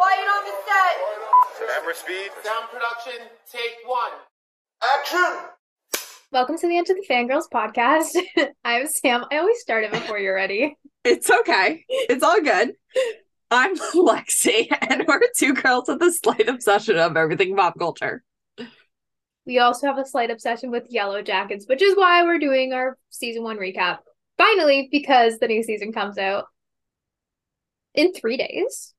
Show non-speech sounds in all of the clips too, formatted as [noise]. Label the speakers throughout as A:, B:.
A: the set.
B: Remember speed?
C: Sound production, take one.
B: Action!
D: Welcome to the End of the Fangirls podcast. [laughs] I'm Sam. I always start it before you're ready.
E: It's okay. It's all good. I'm [laughs] Lexi, and we're two girls with a slight obsession of everything pop culture.
D: We also have a slight obsession with Yellow Jackets, which is why we're doing our season one recap. Finally, because the new season comes out in three days.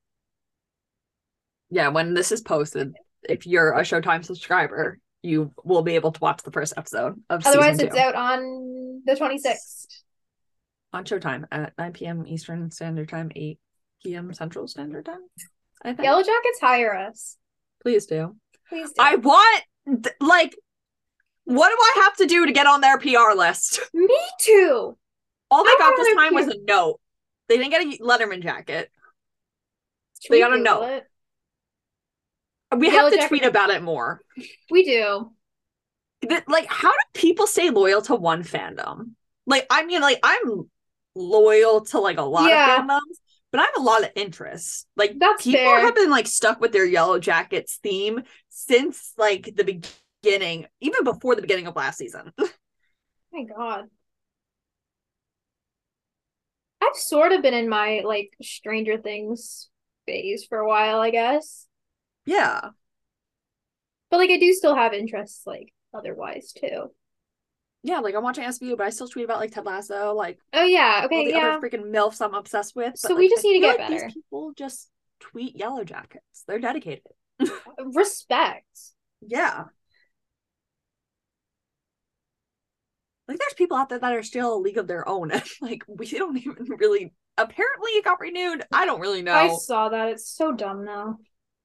E: Yeah, when this is posted, if you're a Showtime subscriber, you will be able to watch the first episode of
D: Otherwise,
E: season
D: it's
E: two
D: out on the 26th.
E: on Showtime at 9 p.m. Eastern Standard Time, 8 p.m. Central Standard Time. I think.
D: Yellow Jackets hire us.
E: Please do.
D: Please do.
E: I want th- like, what do I have to do to get on their PR list?
D: Me too.
E: All they
D: I
E: got
D: want
E: this
D: their
E: time
D: PR.
E: was a note. They didn't get a Letterman jacket.
D: Should
E: They
D: we
E: gotta
D: Google
E: know.
D: it?
E: We
D: Yellow
E: have to
D: jacket-
E: tweet about it more.
D: We do.
E: that like how do people stay loyal to one fandom? Like I mean like I'm loyal to like a lot
D: Yeah.
E: of fandoms, but I have a lot of interests. Like
D: That's
E: people
D: fair.
E: have been like stuck with their yellow jackets theme since like the beginning, even before the beginning of last season.
D: my god. I've sort of been in my like Stranger Things phase for a while, I guess.
E: yeah.
D: But like I do still have interests like otherwise too.
E: Yeah, like I'm watching SVU, but I still tweet about like Ted Lasso, like
D: Oh yeah,
E: all
D: okay,
E: the
D: yeah.
E: other freaking MILFs I'm obsessed with. but,
D: So we
E: like,
D: just
E: I
D: need to
E: feel
D: get
E: like these
D: better.
E: people just tweet yellow jackets. They're dedicated.
D: Respect.
E: Yeah. Like there's people out there that are still a league of their own. [laughs] like we don't even really apparently it got renewed. I don't really know.
D: I saw that. It's so dumb though.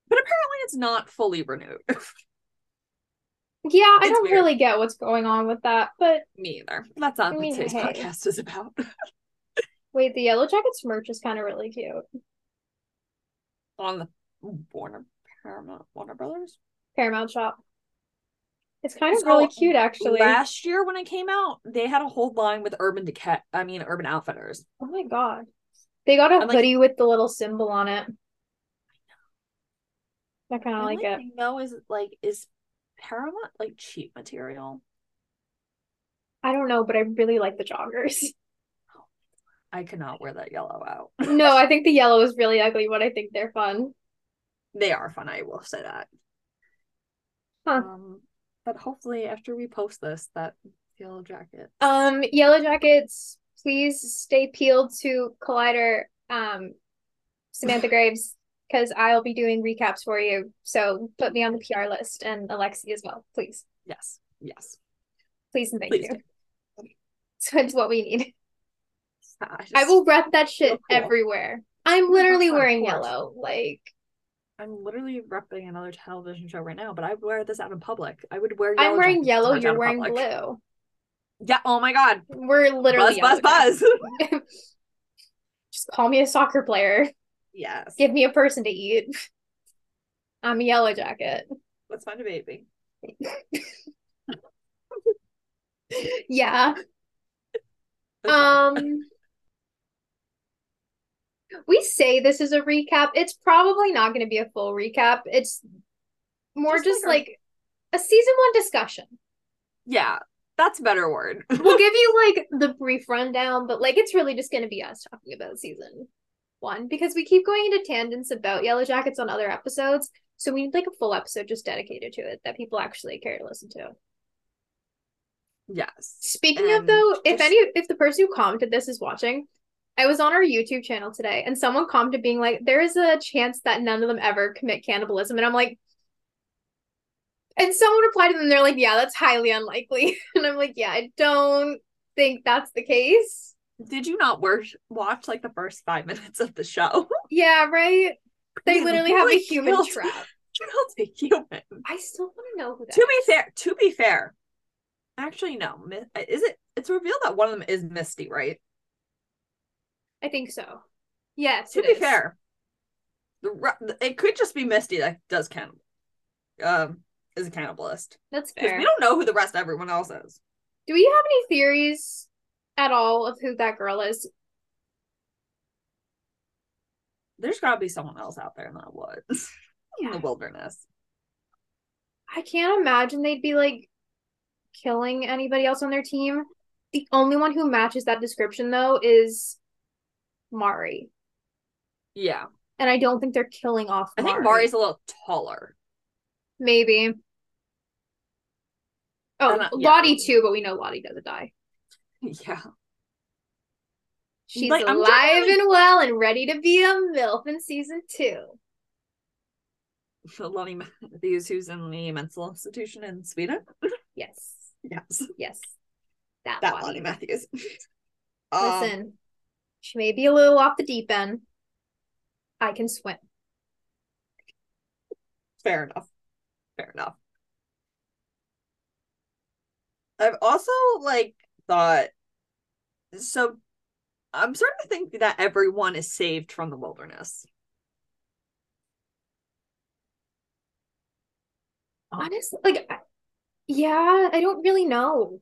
E: But apparently it's not fully renewed. [laughs]
D: Yeah, I
E: It's
D: don't
E: weird.
D: really get what's going on with that, but
E: Me either. That's not
D: I
E: what
D: mean,
E: today's
D: hey.
E: podcast is about. [laughs]
D: wait, the Yellow Jackets merch is kind of really cute.
E: On the Warner Paramount Warner Brothers.
D: Paramount Shop. It's kind of
E: So,
D: really cute actually.
E: Last year when it came out, they had a whole line with Urban Decay I mean Urban Outfitters.
D: Oh my god. They got a
E: I'm like-
D: hoodie with the little symbol on it. I kind of
E: The
D: like
E: only
D: it.
E: thing, though is like is Paramount like cheap material?
D: I don't know, but I really like the joggers. [laughs]
E: I cannot wear that yellow out.
D: no, I think the yellow is really ugly, but I think they're fun.
E: they are fun i will say that
D: Huh.
E: um but hopefully after we post this that yellow jacket
D: Um, Yellow Jackets, please stay peeled to Collider, um, [laughs] Samantha Graves, because I'll be doing recaps for you. So put me on the PR list and Alexi as well, please.
E: yes yes
D: Please and thank
E: Please
D: [laughs] you. So it's what we need.
E: i, just,
D: I will rep that shit
E: cool.
D: everywhere. I'm literally
E: Of
D: wearing
E: course.
D: yellow. Like,
E: i'm literally repping another television show right now but i would wear this out in public i would wear
D: I'm wearing
E: jackets to
D: yellow,
E: march out
D: you're
E: in
D: wearing
E: public.
D: blue.
E: yeah oh my god
D: We're literally yellow
E: buzz buzz [laughs] buzz
D: jackets. Just call me a soccer player. [laughs]
E: yes
D: Give me a person to eat. I'm a yellow jacket.
E: what's fun to baby
D: Yeah.
E: That's all.
D: Um We say this is a recap. It's probably not going to be a full recap. It's more
E: Just
D: just,
E: like our-
D: like a season 1 discussion.
E: yeah that's a better word
D: [laughs] we'll give you like the brief rundown, but like it's really just going to be us talking about season one because we keep going into tangents about Yellow Jackets on other episodes. So we need like a full episode just dedicated to it that people actually care to listen to.
E: [laughs] yes
D: Speaking of
E: And
D: though, if
E: just-
D: any if the person who commented this is watching, I was on our YouTube channel today and someone commented being like, there is a chance that none of them ever commit cannibalism. And I'm like, and someone replied to them, they're like, yeah, that's highly unlikely. [laughs] And I'm like, yeah, I don't think that's the case.
E: did you not wor- watch like the first five minutes of the show [laughs]
D: Yeah, right? They
E: Yeah,
D: literally have a
E: really
D: human
E: killed-
D: trap.
E: killed a human
D: I still want to know who that
E: to be fair to be fair actually no Mi- is it it's revealed that one of them is misty right
D: I think so. Yes.
E: to
D: it
E: be
D: is.
E: fair the, ru- it could just be misty that does cannibal um is a cannibalist
D: That's
E: because
D: fair.
E: we don't know who the rest of everyone else is
D: Do we have any theories at all of who that girl is?
E: there's gotta be someone else out there in that woods [laughs] in the wilderness.
D: I can't imagine they'd be like killing anybody else on their team. The only one who matches that description though is Mari.
E: Yeah.
D: And I don't think they're killing off
E: I think
D: Mari.
E: Mari's a little taller.
D: maybe. Oh,
E: And, uh, yeah.
D: Lottie too, but we know Lottie doesn't die.
E: [laughs] Yeah.
D: She's
E: Like, I'm
D: alive
E: generally-
D: and well and ready to be a MILF in season two.
E: The Lonnie Matthews, who's in the mental institution in Sweden.
D: Yes.
E: Yes.
D: Yes. That,
E: That
D: Lottie.
E: Lonnie Matthews. Um,
D: Listen, she may be a little off the deep end. I can swim.
E: Fair enough. Fair enough. I've also like thought so I'm starting to think that everyone is saved from the wilderness. Oh.
D: Honestly, like, I- yeah, I don't really know.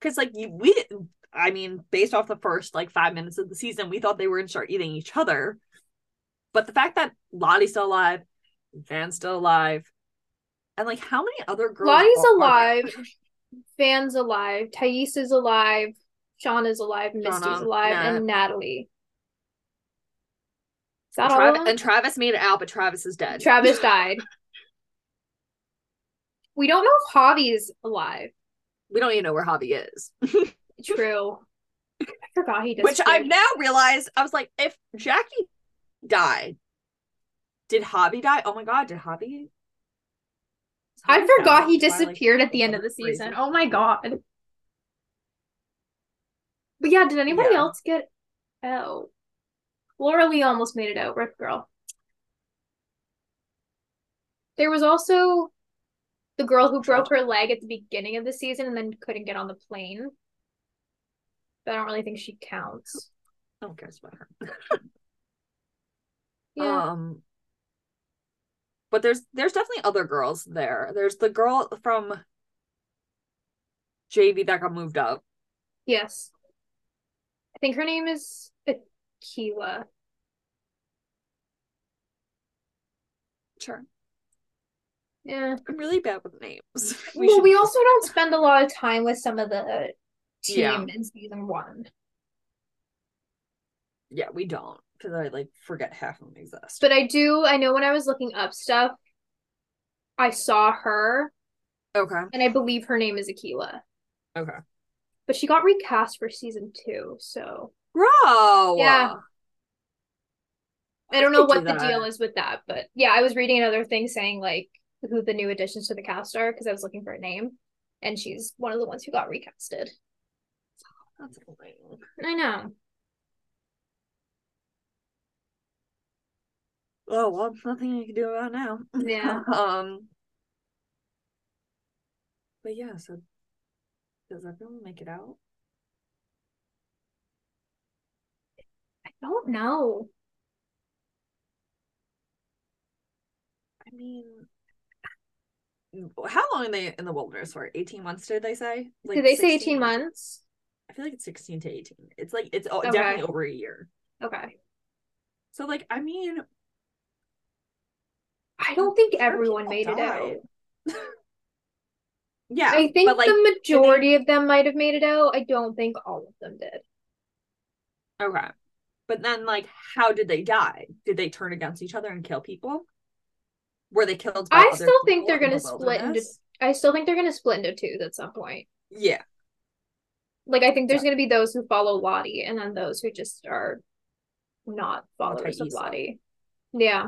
E: Cause like you, we didn't- I mean, based off the first like five minutes of the season, we thought they were gonna start eating each other. But the fact that Lottie's still alive, Van's still alive, and like how many other girls
D: Lottie's
E: are- are there?
D: alive. Van's alive. Thais is alive. Shauna's alive. Misty's
E: Shauna,
D: alive. And Natalie. Is that
E: And
D: all? of
E: Travis,
D: them?
E: and Travis made it out, but Travis is dead.
D: Travis died. We don't know if Javi's alive.
E: we don't even know where Hobby is.
D: True. I forgot he
E: Which I've
D: disappeared.
E: now realized, I was like, if Jackie died, did Hobby die? Oh my god, did Hobby?
D: I forgot he
E: By, like,
D: disappeared at the end of the
E: crazy.
D: season. Oh my god. But yeah, did anybody
E: Yeah.
D: else get out? Laura Lee almost made it out, Rip Girl. There was also the girl who broke her leg at the beginning of the season and then couldn't get on the plane. But I don't really think she counts.
E: No one cares about her.
D: Yeah.
E: Um, but there's there's definitely other girls there. There's the girl from JV that got moved up.
D: Yes. I think her name is Akiwa.
E: Sure,
D: Yeah.
E: I'm really bad with names. [laughs]
D: well,
E: should-
D: we also don't spend a lot of time with some of the team
E: Yeah.
D: in season one.
E: yeah we don't because I like forget half of them exist.
D: But I do, I know when I was looking up stuff, I saw her,
E: okay,
D: and I believe her name is Akiwa.
E: okay,
D: But she got recast for season two, so
E: bro.
D: Yeah. I don't
E: did
D: know
E: they
D: what
E: do
D: the
E: that?
D: deal is with that. But yeah, I was reading another thing saying like who the new additions to the cast are because I was looking for a name, and she's one of the ones who got recasted.
E: That's annoying.
D: I know.
E: Oh well, nothing I can do about it now.
D: Yeah.
E: [laughs] um. But yeah, so does everyone make it out?
D: I don't know.
E: I mean, how long are they in the wilderness for? Eighteen months? Did they say? Like
D: Did they say
E: 16
D: 18 months?
E: I feel like it's sixteen to eighteen. It's like it's o-
D: Okay.
E: definitely over a year.
D: Okay.
E: So like, I mean,
D: I don't think
E: sure
D: everyone
E: people
D: made it out.
E: died. yeah,
D: I think
E: but like,
D: the majority of them might have made it out. I don't think all of them did.
E: okay, but then like, how did they die? Did they turn against each other and kill people? Were they killed? By
D: I
E: other
D: still think
E: people
D: they're
E: in
D: gonna
E: the
D: split into-
E: wilderness?
D: I still think they're going to split into twos at some point.
E: Yeah,
D: Like, I think there's going to be those who follow Lottie and then those who just are not followers of
E: Anti-Esau.
D: Lottie. Yeah,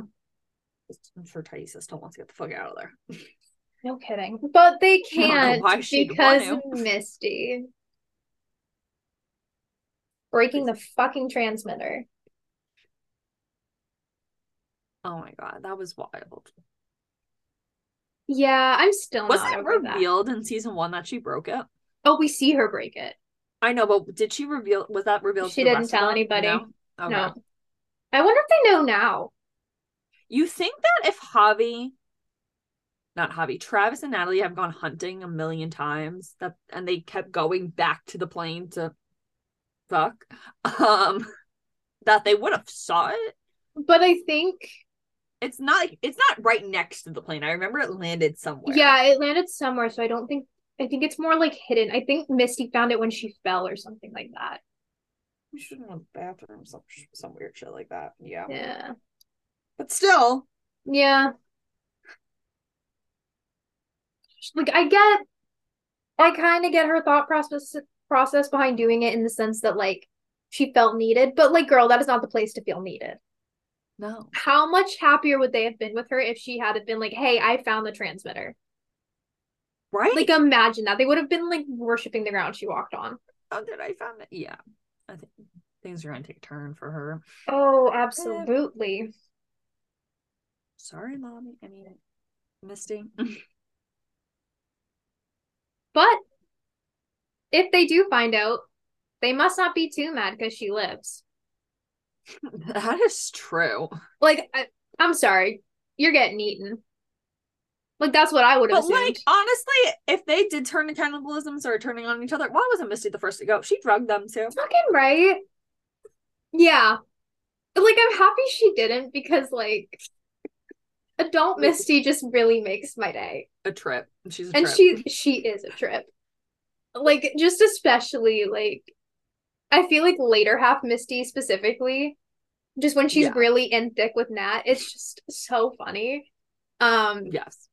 E: I'm sure Taisa still wants to get the fuck out of there.
D: no kidding. But they
E: know
D: can't
E: why she'd want
D: because Misty. Breaking the fucking transmitter.
E: Oh my god, that was wild.
D: Yeah, I'm still
E: Was
D: not
E: it
D: over that.
E: revealed in season one that she broke it?
D: Oh, we see her break it.
E: I know, but did she reveal? Was that revealed? to
D: She
E: the
D: didn't
E: rest of
D: tell
E: them?
D: anybody.
E: No? Okay.
D: No. I wonder if they know now.
E: You think that if Javi, not Javi, Travis and Natalie have gone hunting a million times, that and they kept going back to the plane to fuck, um, that they would have saw it?
D: But I think
E: It's not like it's not right next to the plane. I remember it landed somewhere.
D: Yeah, it landed somewhere, so I don't think I think it's more like hidden. I think Misty found it when she fell or something like that.
E: we shouldn't have bathrooms, some sh- some weird shit like that. Yeah,
D: Yeah.
E: but still,
D: Yeah. Like I get I kind of get her thought process process behind doing it in the sense that like she felt needed, but like girl, that is not the place to feel needed.
E: no.
D: How much happier would they have been with her if she had have been like, "Hey, I found the transmitter."
E: Right?
D: Like imagine that. They would have been like worshiping the ground she walked on.
E: oh, did I found it? Yeah, I think things are gonna take a turn for her.
D: Oh, absolutely.
E: Sorry, mommy. I mean, Misty. [laughs]
D: But if they do find out, they must not be too mad because she lives.
E: that is true.
D: Like, I, I'm sorry, you're getting eaten. Like, that's what I would have
E: But
D: assumed.
E: like honestly, if they did turn to cannibalism, and started turning on each other, why wasn't Misty the first to go? She drugged them too.
D: fucking right. Yeah. Like, I'm happy she didn't because, like, adult Misty just really makes my day.
E: A trip. She's a
D: and
E: trip.
D: she she is a trip like just especially like i feel like later half misty specifically just when she's
E: Yeah.
D: really in thick with nat it's just so funny um
E: yes.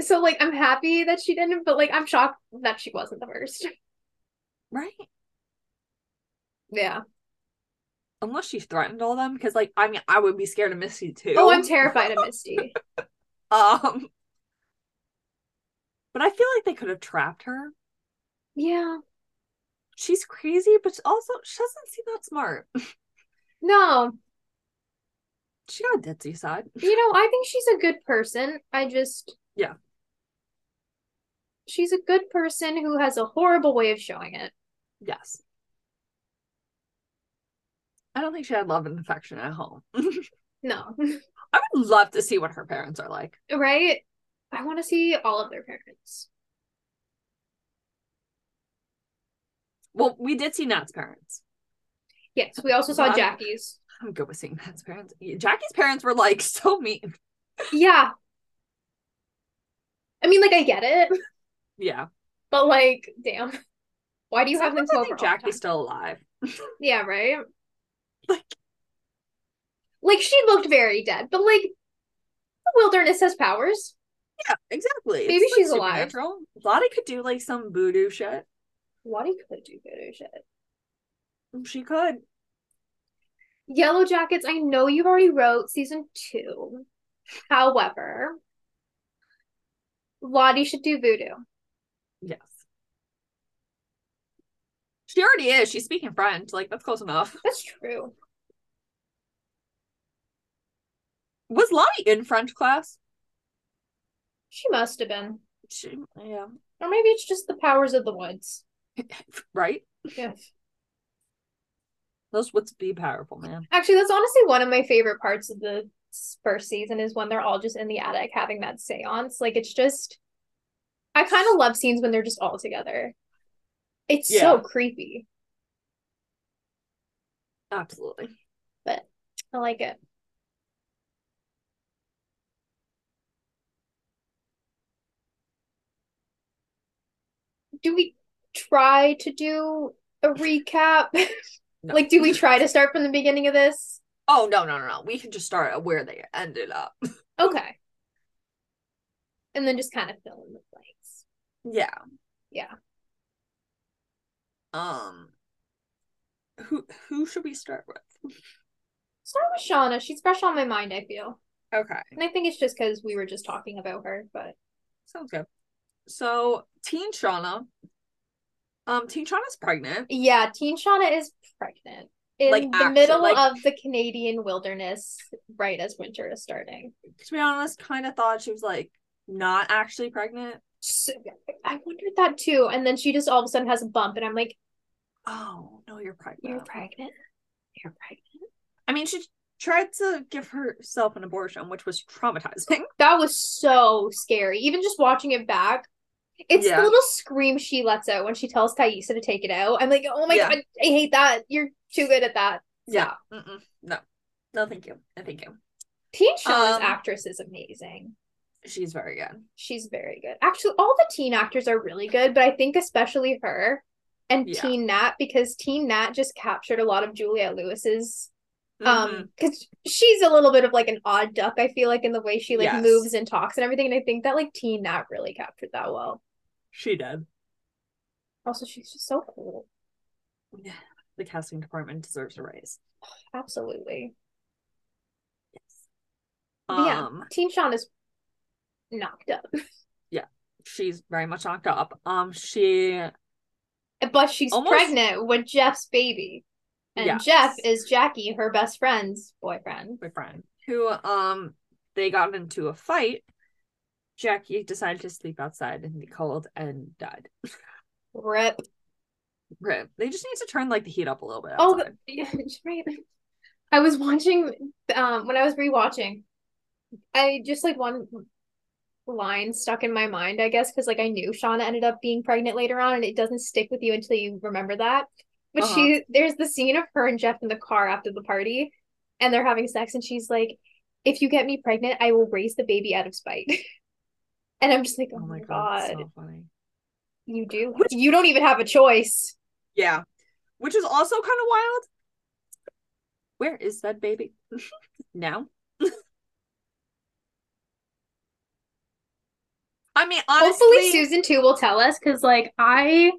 D: so like i'm happy that she didn't but like i'm shocked that she wasn't the first
E: Right.
D: yeah
E: Unless she threatened all them, because like I mean, I would be scared of Misty too.
D: oh i'm terrified of misty
E: Um, but I feel like they could have trapped her.
D: yeah
E: She's crazy, but also she doesn't seem that smart.
D: no
E: She got a ditzy side.
D: you know i think she's a good person i just
E: Yeah.
D: she's a good person who has a horrible way of showing it
E: Yes. I don't think she had love and affection at home.
D: no
E: I would love to see what her parents are like.
D: Right? I want to see all of their parents.
E: Well, we did see Nat's parents.
D: Yes, we also saw
E: Wow.
D: Jackie's.
E: I'm good with seeing Nat's parents. Jackie's parents were like [laughs] so mean.
D: Yeah. I mean, like, I get it,
E: Yeah.
D: but like, damn. Why do you have them
E: Sometimes I
D: come
E: think
D: over? all the
E: Jackie's still alive.
D: time? Yeah, right?
E: Like,
D: Like, she looked very dead, but like, the wilderness has powers.
E: yeah, exactly. It's,
D: Maybe
E: like,
D: she's alive.
E: supernatural. Lottie could do like some voodoo shit.
D: Lottie could do good shit.
E: She could.
D: Yellow Jackets, I know you already wrote season two. However, Lottie should do voodoo.
E: Yes. She already is. She's speaking French. Like, that's close enough.
D: That's true.
E: Was Lottie in French class?
D: She must have been.
E: She, yeah.
D: Or maybe it's just the powers of the woods.
E: Right?
D: Yeah.
E: Those would be powerful, man.
D: Actually, that's honestly one of my favorite parts of the s- first season is when they're all just in the attic having that seance. Like it's just I kind of love scenes when they're just all together. It's so
E: Yeah.
D: creepy.
E: Absolutely.
D: I like it. Do we try to do a recap? [laughs]
E: No.
D: Like, do we try to start from the beginning of this?
E: [laughs] Oh, no, no, no, no. We can just start at where they ended up.
D: Okay. And then just kind of fill in the blanks.
E: Yeah.
D: Yeah.
E: Um who who should we start with?
D: Start with Shauna. She's fresh on my mind, I feel.
E: Okay.
D: And I think it's just because we were just talking about her, but
E: Sounds good. So Teen Shauna. Um Teen Shauna's pregnant.
D: yeah, Teen Shauna is pregnant in
E: Like,
D: the
E: actually,
D: middle
E: like-
D: of the Canadian wilderness, right as winter is starting.
E: To be honest, kinda thought she was like not actually pregnant.
D: So, I wondered that too. And then she just all of a sudden has a bump, and I'm like,
E: Oh no, you're pregnant.
D: you're pregnant? You're pregnant?
E: I mean she tried to give herself an abortion, which was traumatizing. [laughs]
D: That was so scary. Even just watching it back, it's
E: Yeah.
D: the little scream she lets out when she tells Thaisa to take it out. I'm like, oh my
E: Yeah.
D: God, I hate that. You're too good at that.
E: Yeah. Mm-mm. No. No, thank you. No, thank you.
D: Teen Show's
E: Um,
D: actress is amazing.
E: She's very good.
D: She's very good. Actually, all the teen actors are really good, but I think especially her and
E: Yeah.
D: Teen Nat because Teen Nat just captured a lot of Juliette Lewis's
E: Mm-hmm.
D: um because she's a little bit of like an odd duck. I feel like in the way she like
E: Yes.
D: moves and talks and everything, and I think that like Teen Nat really captured that well.
E: she did.
D: Also, she's just so cool.
E: The casting department deserves a raise.
D: Absolutely,
E: Um,
D: Yeah. Teen Sean is knocked up,
E: she's very much knocked up. Um, she
D: but she's
E: Almost-
D: pregnant with Jeff's baby, and
E: Yes.
D: Jeff is Jackie, her best friend's boyfriend.
E: my friend who um they got into a fight. Jackie decided to sleep outside in the cold and died.
D: Rip.
E: Rip. They just need to turn like the heat up a little bit.
D: Oh,
E: outside.
D: yeah, [laughs] right. I was watching um when I was rewatching, I just like one line stuck in my mind, I guess, because like I knew Shauna ended up being pregnant later on, and it doesn't stick with you until you remember that. But
E: Uh-huh.
D: she there's the scene of her and Jeff in the car after the party, and they're having sex, and she's like, If you get me pregnant, I will raise the baby out of spite. [laughs] And I'm just like, Oh, my god,
E: so funny.
D: you do.
E: Which-
D: You don't even have a choice.
E: Yeah. Which is also kind of wild. Where is that baby? [laughs] now? [laughs] I mean, honestly,
D: Hopefully Susan too will tell us because like I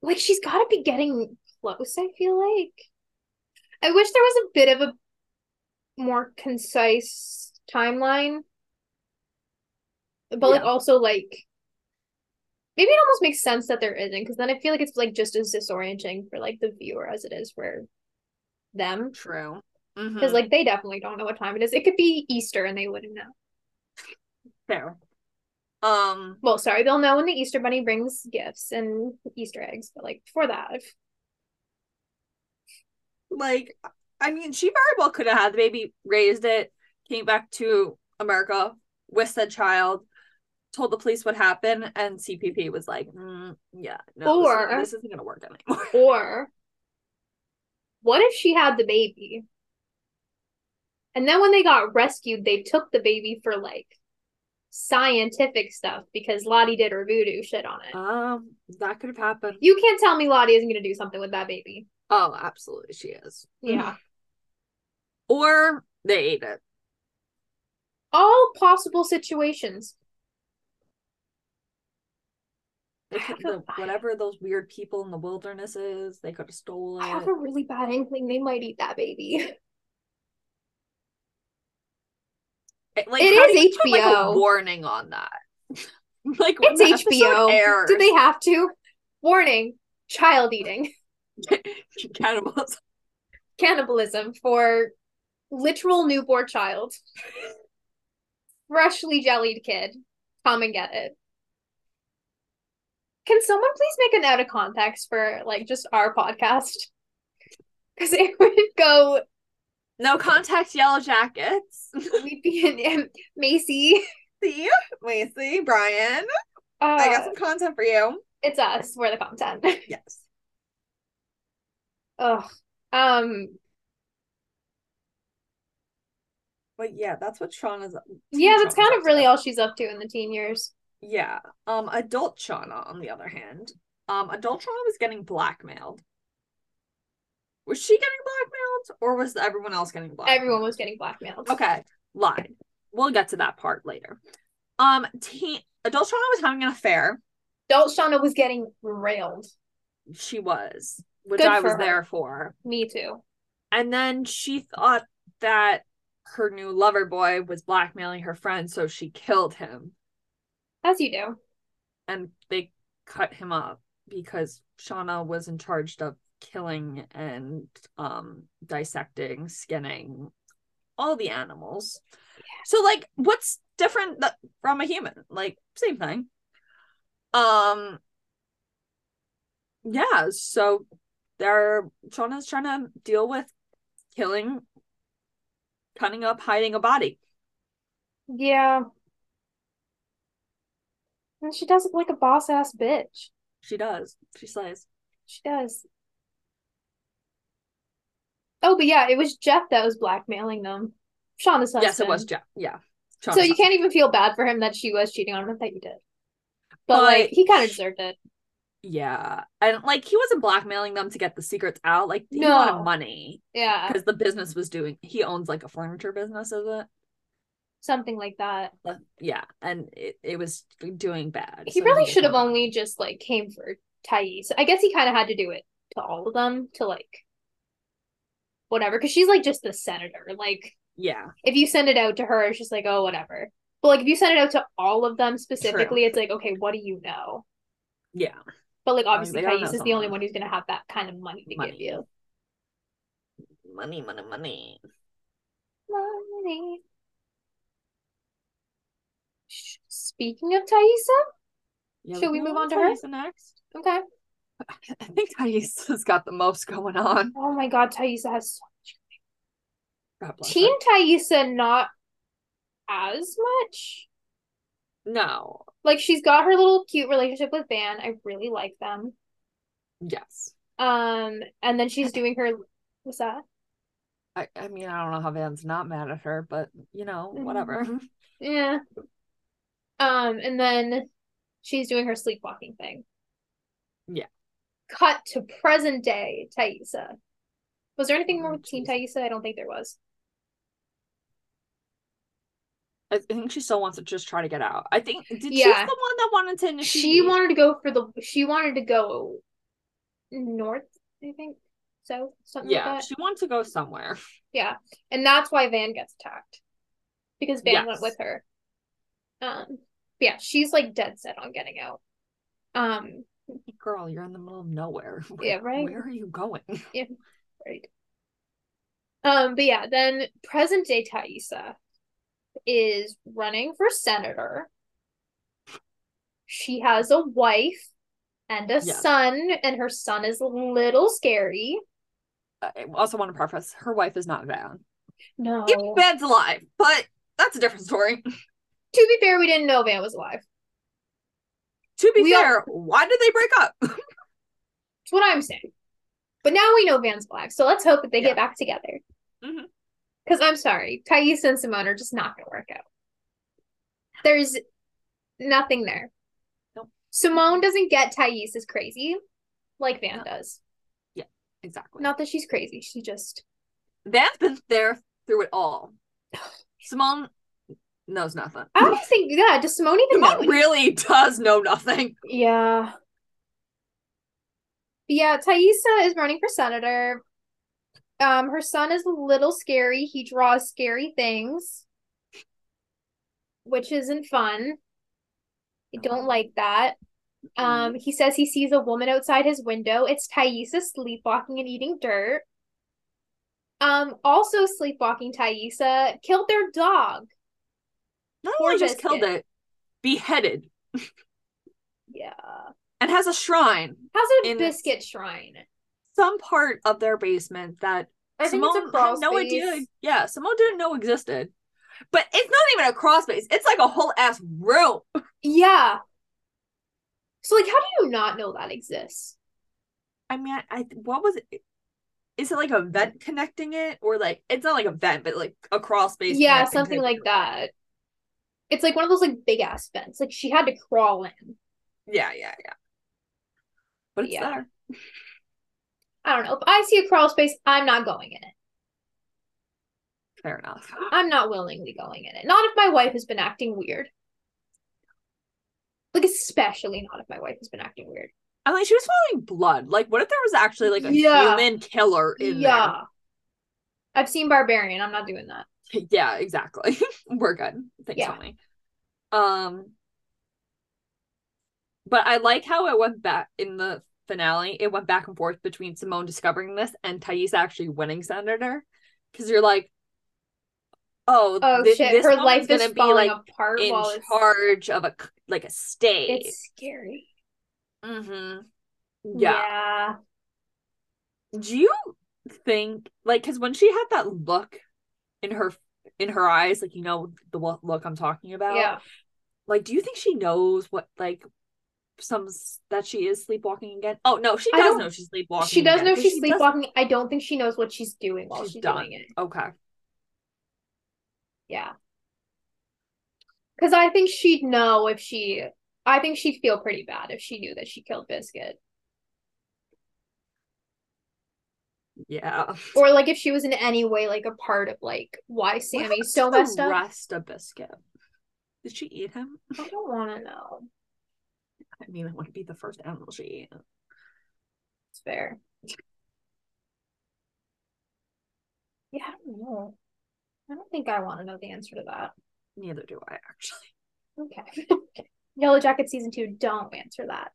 D: like she's gotta be getting close, I feel like. I wish there was a bit of a more concise timeline. But like
E: Yeah.
D: also like maybe it almost makes sense that there isn't, because then I feel like it's like just as disorienting for like the viewer as it is for them.
E: true.
D: Because
E: Mhm.
D: like they definitely don't know what time it is. It could be Easter and they wouldn't know.
E: fair. Um,
D: Well, sorry, they'll know when the Easter Bunny brings gifts and Easter eggs, but like before that, if-
E: like, I mean, she very well could have had the baby, raised it, came back to America with said child, told the police what happened, and CPP was like, "Mm, yeah, no, this isn't-
D: Or-
E: this isn't gonna work anymore. [laughs]
D: or what if she had the baby? And then when they got rescued, they took the baby for like scientific stuff because Lottie did her voodoo shit on it.
E: Um, that could have happened.
D: You can't tell me Lottie isn't gonna do something with that baby.
E: Oh, absolutely, she is.
D: Yeah.
E: Or they ate it.
D: All possible situations.
E: They
D: I
E: could,
D: have a-
E: the, [laughs] whatever those weird people in the wilderness is, they could have stolen
D: I have
E: it.
D: a really bad inkling they might eat that baby.
E: It- Like,
D: It
E: how
D: is
E: do you put, like, a
D: HBO.
E: warning on that. [laughs] like when the
D: It's
E: episode
D: HBO.
E: airs,
D: Do they have to? Warning, child eating.
E: [laughs] cannibals?
D: cannibalism for literal newborn child [laughs] freshly jellied kid come and get it can someone please make an out of context for like just our podcast [laughs] because it would go
E: No contact yellow
D: [laughs]
E: jackets.
D: we'd be in, in macy
E: See, Lacey, Brian,
D: uh,
E: content for you.
D: it's us we're the content [laughs]
E: Yes.
D: Ugh. um
E: But yeah, that's what Shauna's.
D: yeah that's
E: Shauna's
D: kind
E: up
D: of
E: to.
D: really all she's up to in the teen years
E: Yeah. Um, adult Shauna, on the other hand, um, adult Shauna was getting blackmailed. Was she getting blackmailed, or was everyone else getting blackmailed?
D: everyone was getting blackmailed
E: Okay, lied. We'll get to that part later. Um, teen adult Shauna was having an affair.
D: adult shauna was getting railed
E: She was, which
D: Good
E: I
D: for
E: was
D: her.
E: there for.
D: me too
E: And then she thought that her new lover boy was blackmailing her friend, so she killed him,
D: as you do
E: and they cut him up because Shauna was in charge of killing and um dissecting, skinning all the animals. So like what's different th- from a human? Like same thing. Um yeah, so they're Shauna's trying to deal with killing, cutting up, hiding a body.
D: Yeah. And she does it like a boss ass bitch.
E: She does. She slays.
D: She does. Oh, but yeah, it was Jeff that was blackmailing them. Shauna's husband.
E: Yes, it was Jeff. Yeah.
D: so
E: Shauna's
D: you can't even feel bad for him that she was cheating on him. I bet you did. But,
E: But-
D: like, he kind of deserved it.
E: Yeah. And like he wasn't blackmailing them to get the secrets out. Like he
D: No.
E: wanted money
D: Yeah,
E: because the business was doing he owns like a furniture business, is it?
D: something like that.
E: Like, Yeah. And it, it was doing bad.
D: He
E: so
D: really
E: just
D: should have
E: wanted-
D: only just like came for Thais. I guess he kind of had to do it to all of them to like whatever, because she's like just the senator. Like
E: Yeah.
D: if you send it out to her, it's just like oh whatever. But like if you send it out to all of them specifically, it's like okay, what do you know?
E: Yeah.
D: But like obviously,
E: they all know
D: Thais is the only
E: someone.
D: one who's gonna have that kind of money to give
E: Money.
D: you.
E: Money, money, money.
D: Money. Sh- Speaking of Thaisa,
E: Yeah,
D: Shall we
E: can
D: move
E: go
D: on to her?
E: Thaisa next? [laughs]
D: okay.
E: I think Thaisa's got the most going on.
D: Oh my God, Thaisa has
E: God bless her.
D: Team Thaisa not as much.
E: No.
D: Like she's got her little cute relationship with Van. I really like them.
E: Yes.
D: Um, and then she's doing her what's that?
E: I, I mean, I don't know how Van's not mad at her, but you know,
D: Mhm.
E: whatever. [laughs]
D: Yeah. Um, and then she's doing her sleepwalking thing.
E: Yeah.
D: Cut to present day Thaisa. Was there anything more
E: Oh,
D: with Team
E: jeez.
D: Thaisa? I don't think there was.
E: I think she still wants to just try to get out. I think did she's the
D: Yeah.
E: one that wanted to initiate.
D: She wanted to go for the she wanted to go north, I think. So something like
E: Yeah,
D: that.
E: she wanted to go somewhere. [laughs]
D: Yeah. And that's why Van gets attacked. Because Van went
E: Yes.
D: with her. Um but yeah, she's like dead set on getting out. Um
E: Girl, you're in the middle of nowhere. [laughs] Where-
D: Yeah, right?
E: Where are you going? [laughs]
D: right. Um but yeah, then present day Thaisa is running for senator. She has a wife and a
E: Yes.
D: son, and her son is a little scary.
E: I also want to preface her wife is not Van.
D: No.
E: Yeah, Van's alive, but that's a different story. [laughs]
D: To be fair, we didn't know Van was alive.
E: To be
D: We all-
E: fair, why did they break up? [laughs]
D: That's what I'm saying. But now we know Van's black, so let's hope that they
E: Yeah.
D: get back together. Because
E: Mhm.
D: I'm sorry, Thais and Simone are just not going to work out. There's nothing there.
E: Nope.
D: Simone doesn't get Thais is crazy like Van
E: No.
D: does.
E: exactly.
D: Not that she's crazy, she just.
E: Van's been there through it all.
D: [sighs]
E: Simone knows nothing.
D: I don't think, yeah, does Simone even know?
E: [laughs] Simone really does know nothing.
D: Yeah. Yeah, Thaisa is running for senator. Um, her son is a little scary. He draws scary things, which isn't fun. I don't like that. Um, he says he sees a woman outside his window. It's Thaisa sleepwalking and eating dirt. Um, also sleepwalking Thaisa killed their dog.
E: Not
D: Poor
E: only just
D: biscuit.
E: killed it, beheaded,
D: Yeah.
E: and has a shrine.
D: Has a
E: In-
D: biscuit shrine.
E: Some part of their basement that
D: I think it's a
E: Simone
D: crawl
E: had no idea.
D: space.
E: Yeah, Simone didn't know existed. But it's not even a crawl space. It's like a whole ass room.
D: Yeah. So like how do you not know that exists?
E: I mean, I, I what was it? Is it like a vent connecting it, or like it's not like a vent, but like a crawl space?
D: Yeah,
E: connecting to
D: something
E: the-
D: like that. It's like one of those like big ass vents. Like she had to crawl in.
E: Yeah, yeah, yeah. But it's
D: Yeah.
E: there.
D: I don't know. If I see a crawl space, I'm not going in it.
E: Fair enough.
D: I'm not willingly going in it. Not if my wife has been acting weird. Like especially not if my wife has been acting weird.
E: I mean, she was following blood. Like, what if there was actually like a
D: Yeah.
E: human killer in
D: Yeah. I've seen Barbarian. I'm not doing that.
E: there? [laughs] Yeah, exactly. [laughs] We're good. Thanks,
D: Yeah.
E: Emily. Um, but I like how it went back in the finale. It went back and forth between Simone discovering this and Thais actually winning Senator, because you're like, oh,
D: Oh
E: thi-
D: shit,
E: this
D: her
E: woman's
D: life is
E: gonna be
D: falling
E: like
D: apart
E: in
D: while it's
E: charge of a c- like a state.
D: it's scary.
E: Mm-hmm.
D: yeah.
E: yeah. do you think like because when she had that look in her in her eyes like you know the wo- look i'm talking about
D: Yeah.
E: like do you think she knows what like some s- that she is sleepwalking again. Oh no, she
D: I
E: does
D: don't-
E: know she's sleepwalking.
D: she does
E: again,
D: know
E: 'cause
D: she's
E: she does-
D: sleepwalking. I don't think she knows what she's doing while
E: She's
D: she's,
E: done.
D: doing it.
E: Okay.
D: Yeah. Because I think she'd know if she. I think she'd feel pretty bad if she knew that she killed Biscuit. [laughs]
E: Yeah.
D: Or like if she was in any way like a part of like why Sammy's so
E: the
D: messed up.
E: Rest of biscuit. Did she eat him?
D: I don't want to know.
E: I mean, it wouldn't be the first animal she ate.
D: It's fair. Yeah, I don't know. I don't think I want to know the answer to that.
E: Neither do I actually. [laughs]
D: Okay. [laughs] Yellow Jacket season two, don't answer that.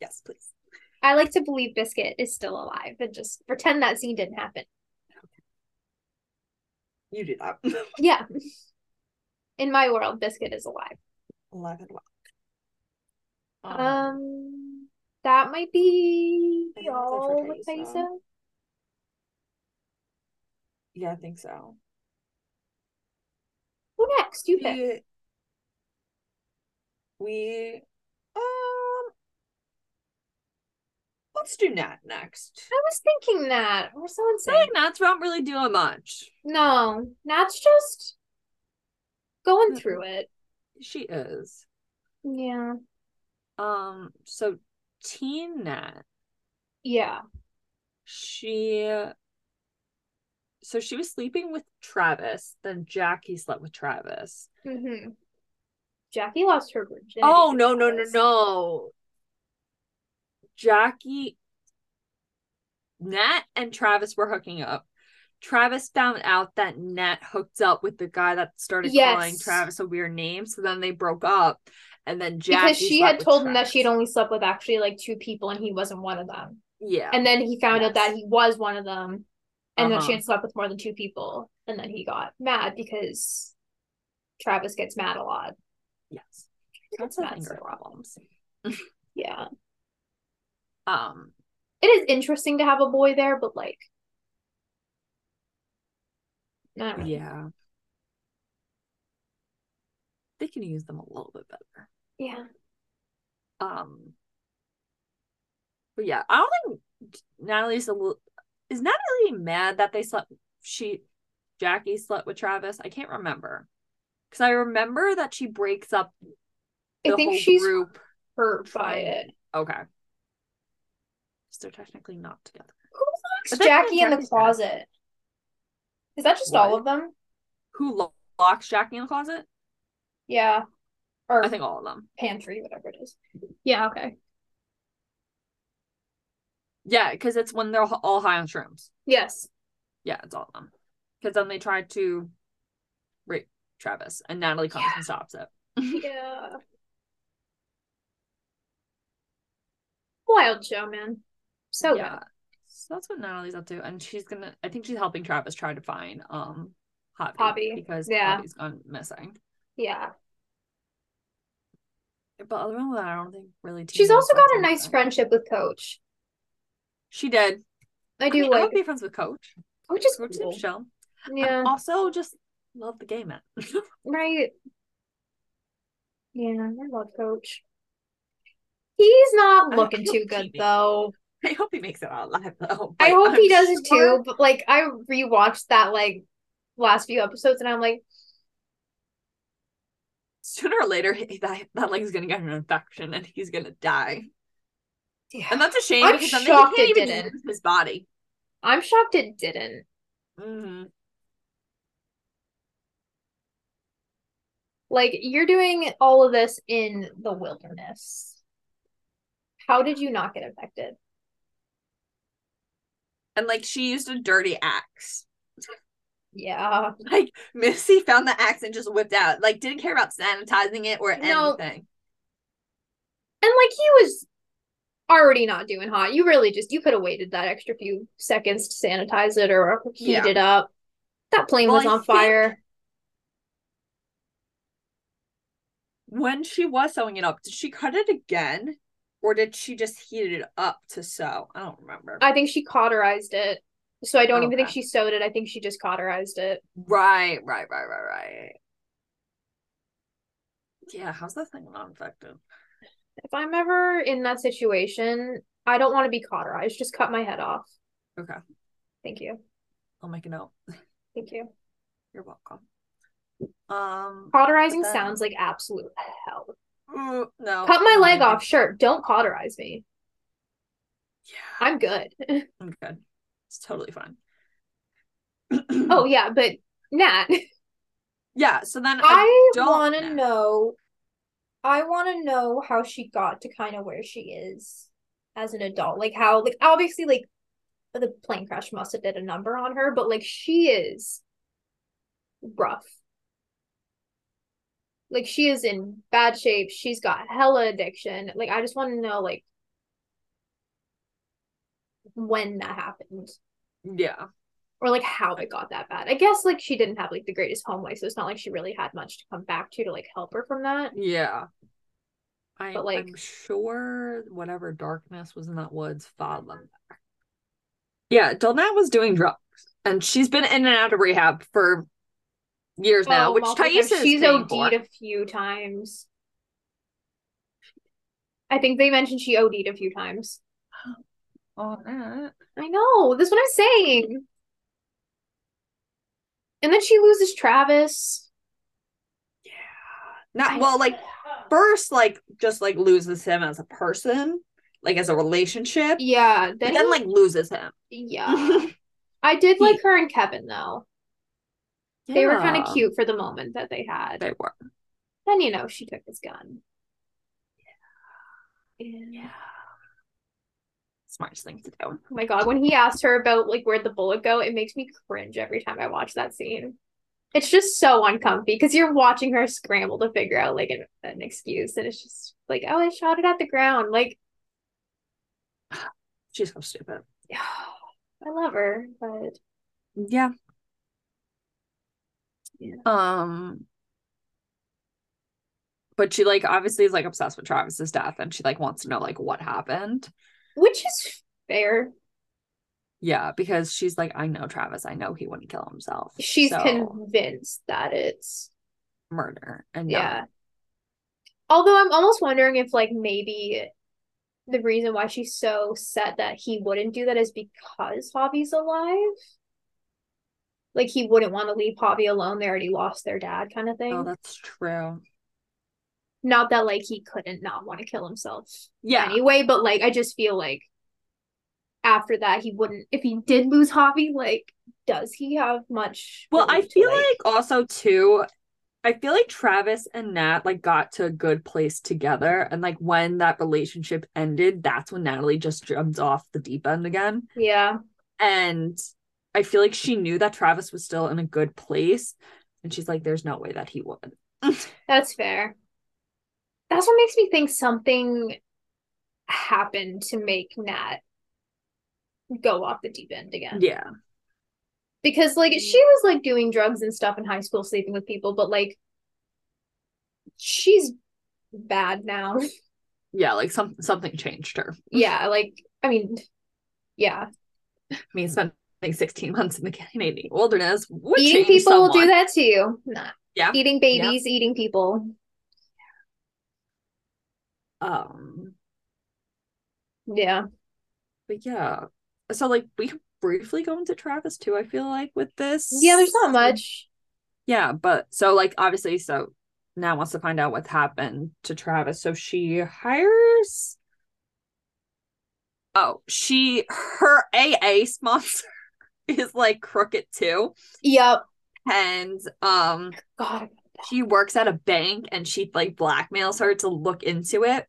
E: Yes, please.
D: I like to believe Biscuit is still alive and just pretend that scene didn't happen.
E: You do that. [laughs]
D: Yeah. In my world, Biscuit is alive.
E: Alive and well. Um,
D: Um, that might be
E: I think that's it for
D: all with
E: Thaisa.
D: Thaisa.
E: yeah, I think so.
D: Who next? You pick.
E: We, we um let's do Nat next.
D: I was thinking that. We're so
E: I feel
D: insane.
E: like Nat's not really doing much.
D: No, Nat's just going
E: Mm-mm.
D: through it.
E: She is.
D: Yeah.
E: Um, so teen Nat.
D: Yeah.
E: she so she was sleeping with Travis, then Jackie slept with Travis.
D: hmm Jackie lost her virginity.
E: oh
D: to
E: no, no, no,
D: Travis.
E: no. Jackie Nat and Travis were hooking up. Travis found out that Nat hooked up with the guy that started calling
D: Yes.
E: Travis a weird name, so then they broke up. And then Jackie
D: Because she
E: slept
D: had
E: with
D: told him that she had
E: Travis.
D: only slept with actually like two people and he wasn't one of them.
E: Yeah.
D: And then he found out
E: Yes.
D: that he was one of them and that
E: Uh-huh.
D: she had slept with more than two people. And then he got mad because Travis gets mad a lot.
E: yes.
D: That's
E: Lots of
D: not
E: anger
D: so-
E: problems.
D: Yeah.
E: Um
D: It is interesting to have a boy there, but like. I don't know.
E: Yeah. They can use them a little bit better.
D: Yeah.
E: Um But yeah, I don't think Natalie's a little is Natalie mad that they slept she Jackie slept with Travis? I can't remember. Cuz I remember that she breaks up the
D: I think
E: whole
D: she's
E: group.
D: hurt by
E: tried.
D: it.
E: Okay. So they're technically not together.
D: Who
E: But
D: locks
E: that's not
D: Jackie in the
E: Jackie's bag.
D: closet? Is that just all
E: What?
D: of them?
E: Who lo- locks Jackie in the closet?
D: Yeah. Or
E: I think all of them.
D: pantry, whatever it is. Yeah, okay.
E: Yeah, cuz it's when they're all high on shrooms.
D: Yes.
E: Yeah, it's all of them. Because then they try to rape Travis, and Natalie comes and stops it.
D: Yeah. Wild show, man. So
E: yeah. So that's what Natalie's up to, and she's gonna. I think she's helping Travis try to find um Hobby,
D: Hobby,
E: because
D: yeah.
E: Hobby's gone missing.
D: good. Yeah.
E: But other than that, I don't think really.
D: She's
E: Tina
D: also
E: said
D: got a nice
E: anything.
D: friendship with Coach.
E: She did.
D: I do
E: I
D: like
E: would be friends with Coach.
D: Coach is
E: Coach is
D: cool.
E: Michelle.
D: Yeah.
E: And also, just love the gay man. [laughs]
D: Right. Yeah, I love Coach. He's not
E: I
D: looking
E: hope
D: too good
E: he-
D: though.
E: I hope he makes it out alive though.
D: I
E: but
D: hope
E: I'm
D: he does it
E: sure-
D: too, but like I rewatched that like last few episodes and I'm like,
E: Sooner or later, he- that that leg's gonna get an infection and he's gonna die.
D: yeah.
E: And that's a shame
D: I'm
E: because then
D: shocked
E: he
D: it
E: can't even
D: didn't.
E: use his body.
D: I'm shocked it didn't.
E: Mm-hmm.
D: Like you're doing all of this in the wilderness. How did you not get infected?
E: And like she used a dirty axe.
D: Yeah.
E: Like Missy found the axe and just whipped out. Like didn't care about sanitizing it or
D: No.
E: anything.
D: And like he was already not doing hot. You really just you could have waited that extra few seconds to sanitize it or heat
E: Yeah.
D: it up. That plane
E: Well,
D: was
E: I
D: on
E: think-
D: fire.
E: When she was sewing it up, did she cut it again, or did she just heat it up to sew? I don't remember.
D: I think she cauterized it. So I don't even think
E: Okay.
D: she sewed it. I think she just cauterized it.
E: right, right, right, right, right. Yeah, how's that thing not infected?
D: if I'm ever in that situation, I don't want to be cauterized. Just cut my head off.
E: Okay.
D: Thank you.
E: I'll make a note.
D: Thank you.
E: You're welcome. Um,
D: Cauterizing
E: But then-
D: sounds like absolute hell.
E: mm, no. um,
D: Cut my
E: no,
D: leg
E: thank you.
D: off, sure. Don't cauterize me.
E: Yeah,
D: I'm good.
E: I'm good. It's totally fine.
D: Oh yeah, but Nat,
E: [clears throat] yeah. So then
D: I
E: don't
D: want
E: know.
D: to know. I want to know how she got to kind of where she is as an adult. Like how, like obviously, like the plane crash must have did a number on her, but like she is rough. Like she is in bad shape. She's got hella addiction. Like I just want to know, like when that happened.
E: yeah.
D: or like how it got that bad. I guess like she didn't have like the greatest home life, so it's not like she really had much to come back to to like help her from that.
E: Yeah. I,
D: But, like-
E: I'm sure whatever darkness was in that woods followed them back. Yeah, Delnat was doing drugs, and she's been in and out of rehab for years now,
D: Oh,
E: which
D: multiple
E: Thais
D: times.
E: is
D: she's
E: paying
D: OD'd
E: for.
D: a few times. I think they mentioned she OD'd a few times.
E: on that.
D: I know. That's what I'm saying. And then she loses Travis.
E: Yeah. Not
D: I-
E: well, like first, like just like loses him as a person, like as a relationship,
D: Yeah.
E: but
D: Then,
E: then Uh,
D: he-
E: like loses him. [laughs]
D: yeah. I did like her and Kevin though. They were kind
E: Yeah,
D: of cute for the moment that they had.
E: They were.
D: Then you know she took his gun. And-
E: Yeah. Smartest thing to do.
D: Oh my god, when he asked her about like where'd the bullet go, it makes me cringe every time I watch that scene. It's just so uncomfy because you're watching her scramble to figure out like an, an excuse, and it's just like, oh, I shot it at the ground. Like, [sighs]
E: She's so stupid.
D: I love her, but
E: Yeah.
D: Yeah.
E: Um but she like obviously is like obsessed with Travis's death and she like wants to know like what happened.
D: which is fair.
E: Yeah, because she's like I know Travis. I know he wouldn't kill himself.
D: She's
E: So,
D: convinced that it's
E: murder and yeah.
D: Yeah. Although I'm almost wondering if like maybe the reason why she's so set that he wouldn't do that is because Javi's alive. Like he wouldn't want to leave Javi alone. They already lost their dad kind of
E: Oh,
D: thing.
E: that's true.
D: Not that like he couldn't not want to kill himself
E: Yeah.
D: anyway, but like I just feel like after that he wouldn't if he did lose Javi, like does he have much
E: Well, I
D: relief to,
E: feel like also too, I feel like Travis and Nat like got to a good place together. And like when that relationship ended, that's when Natalie just jumped off the deep end again.
D: Yeah.
E: and I feel like she knew that Travis was still in a good place, and she's like, "There's no way that he would."
D: [laughs] That's fair. That's what makes me think something happened to make Nat go off the deep end again.
E: Yeah,
D: Because like she was like doing drugs and stuff in high school, sleeping with people, but like she's bad now. [laughs]
E: yeah, like some something changed her.
D: yeah, like I mean, yeah.
E: I mean, spending 16 months in the Canadian wilderness would
D: eating
E: change
D: people will do
E: someone.
D: that to you. Nah.
E: Yeah.
D: Eating babies, eating people.
E: Um,
D: Yeah.
E: but yeah, so like we could briefly go into Travis too. I feel like with this,
D: Yeah, there's not much.
E: Yeah, but so like obviously, so Nat wants to find out what's happened to Travis. So she hires. Oh, she her AA sponsor [laughs] is like crooked too,
D: Yep.
E: and um
D: God.
E: she works at a bank and she like blackmails her to look into it.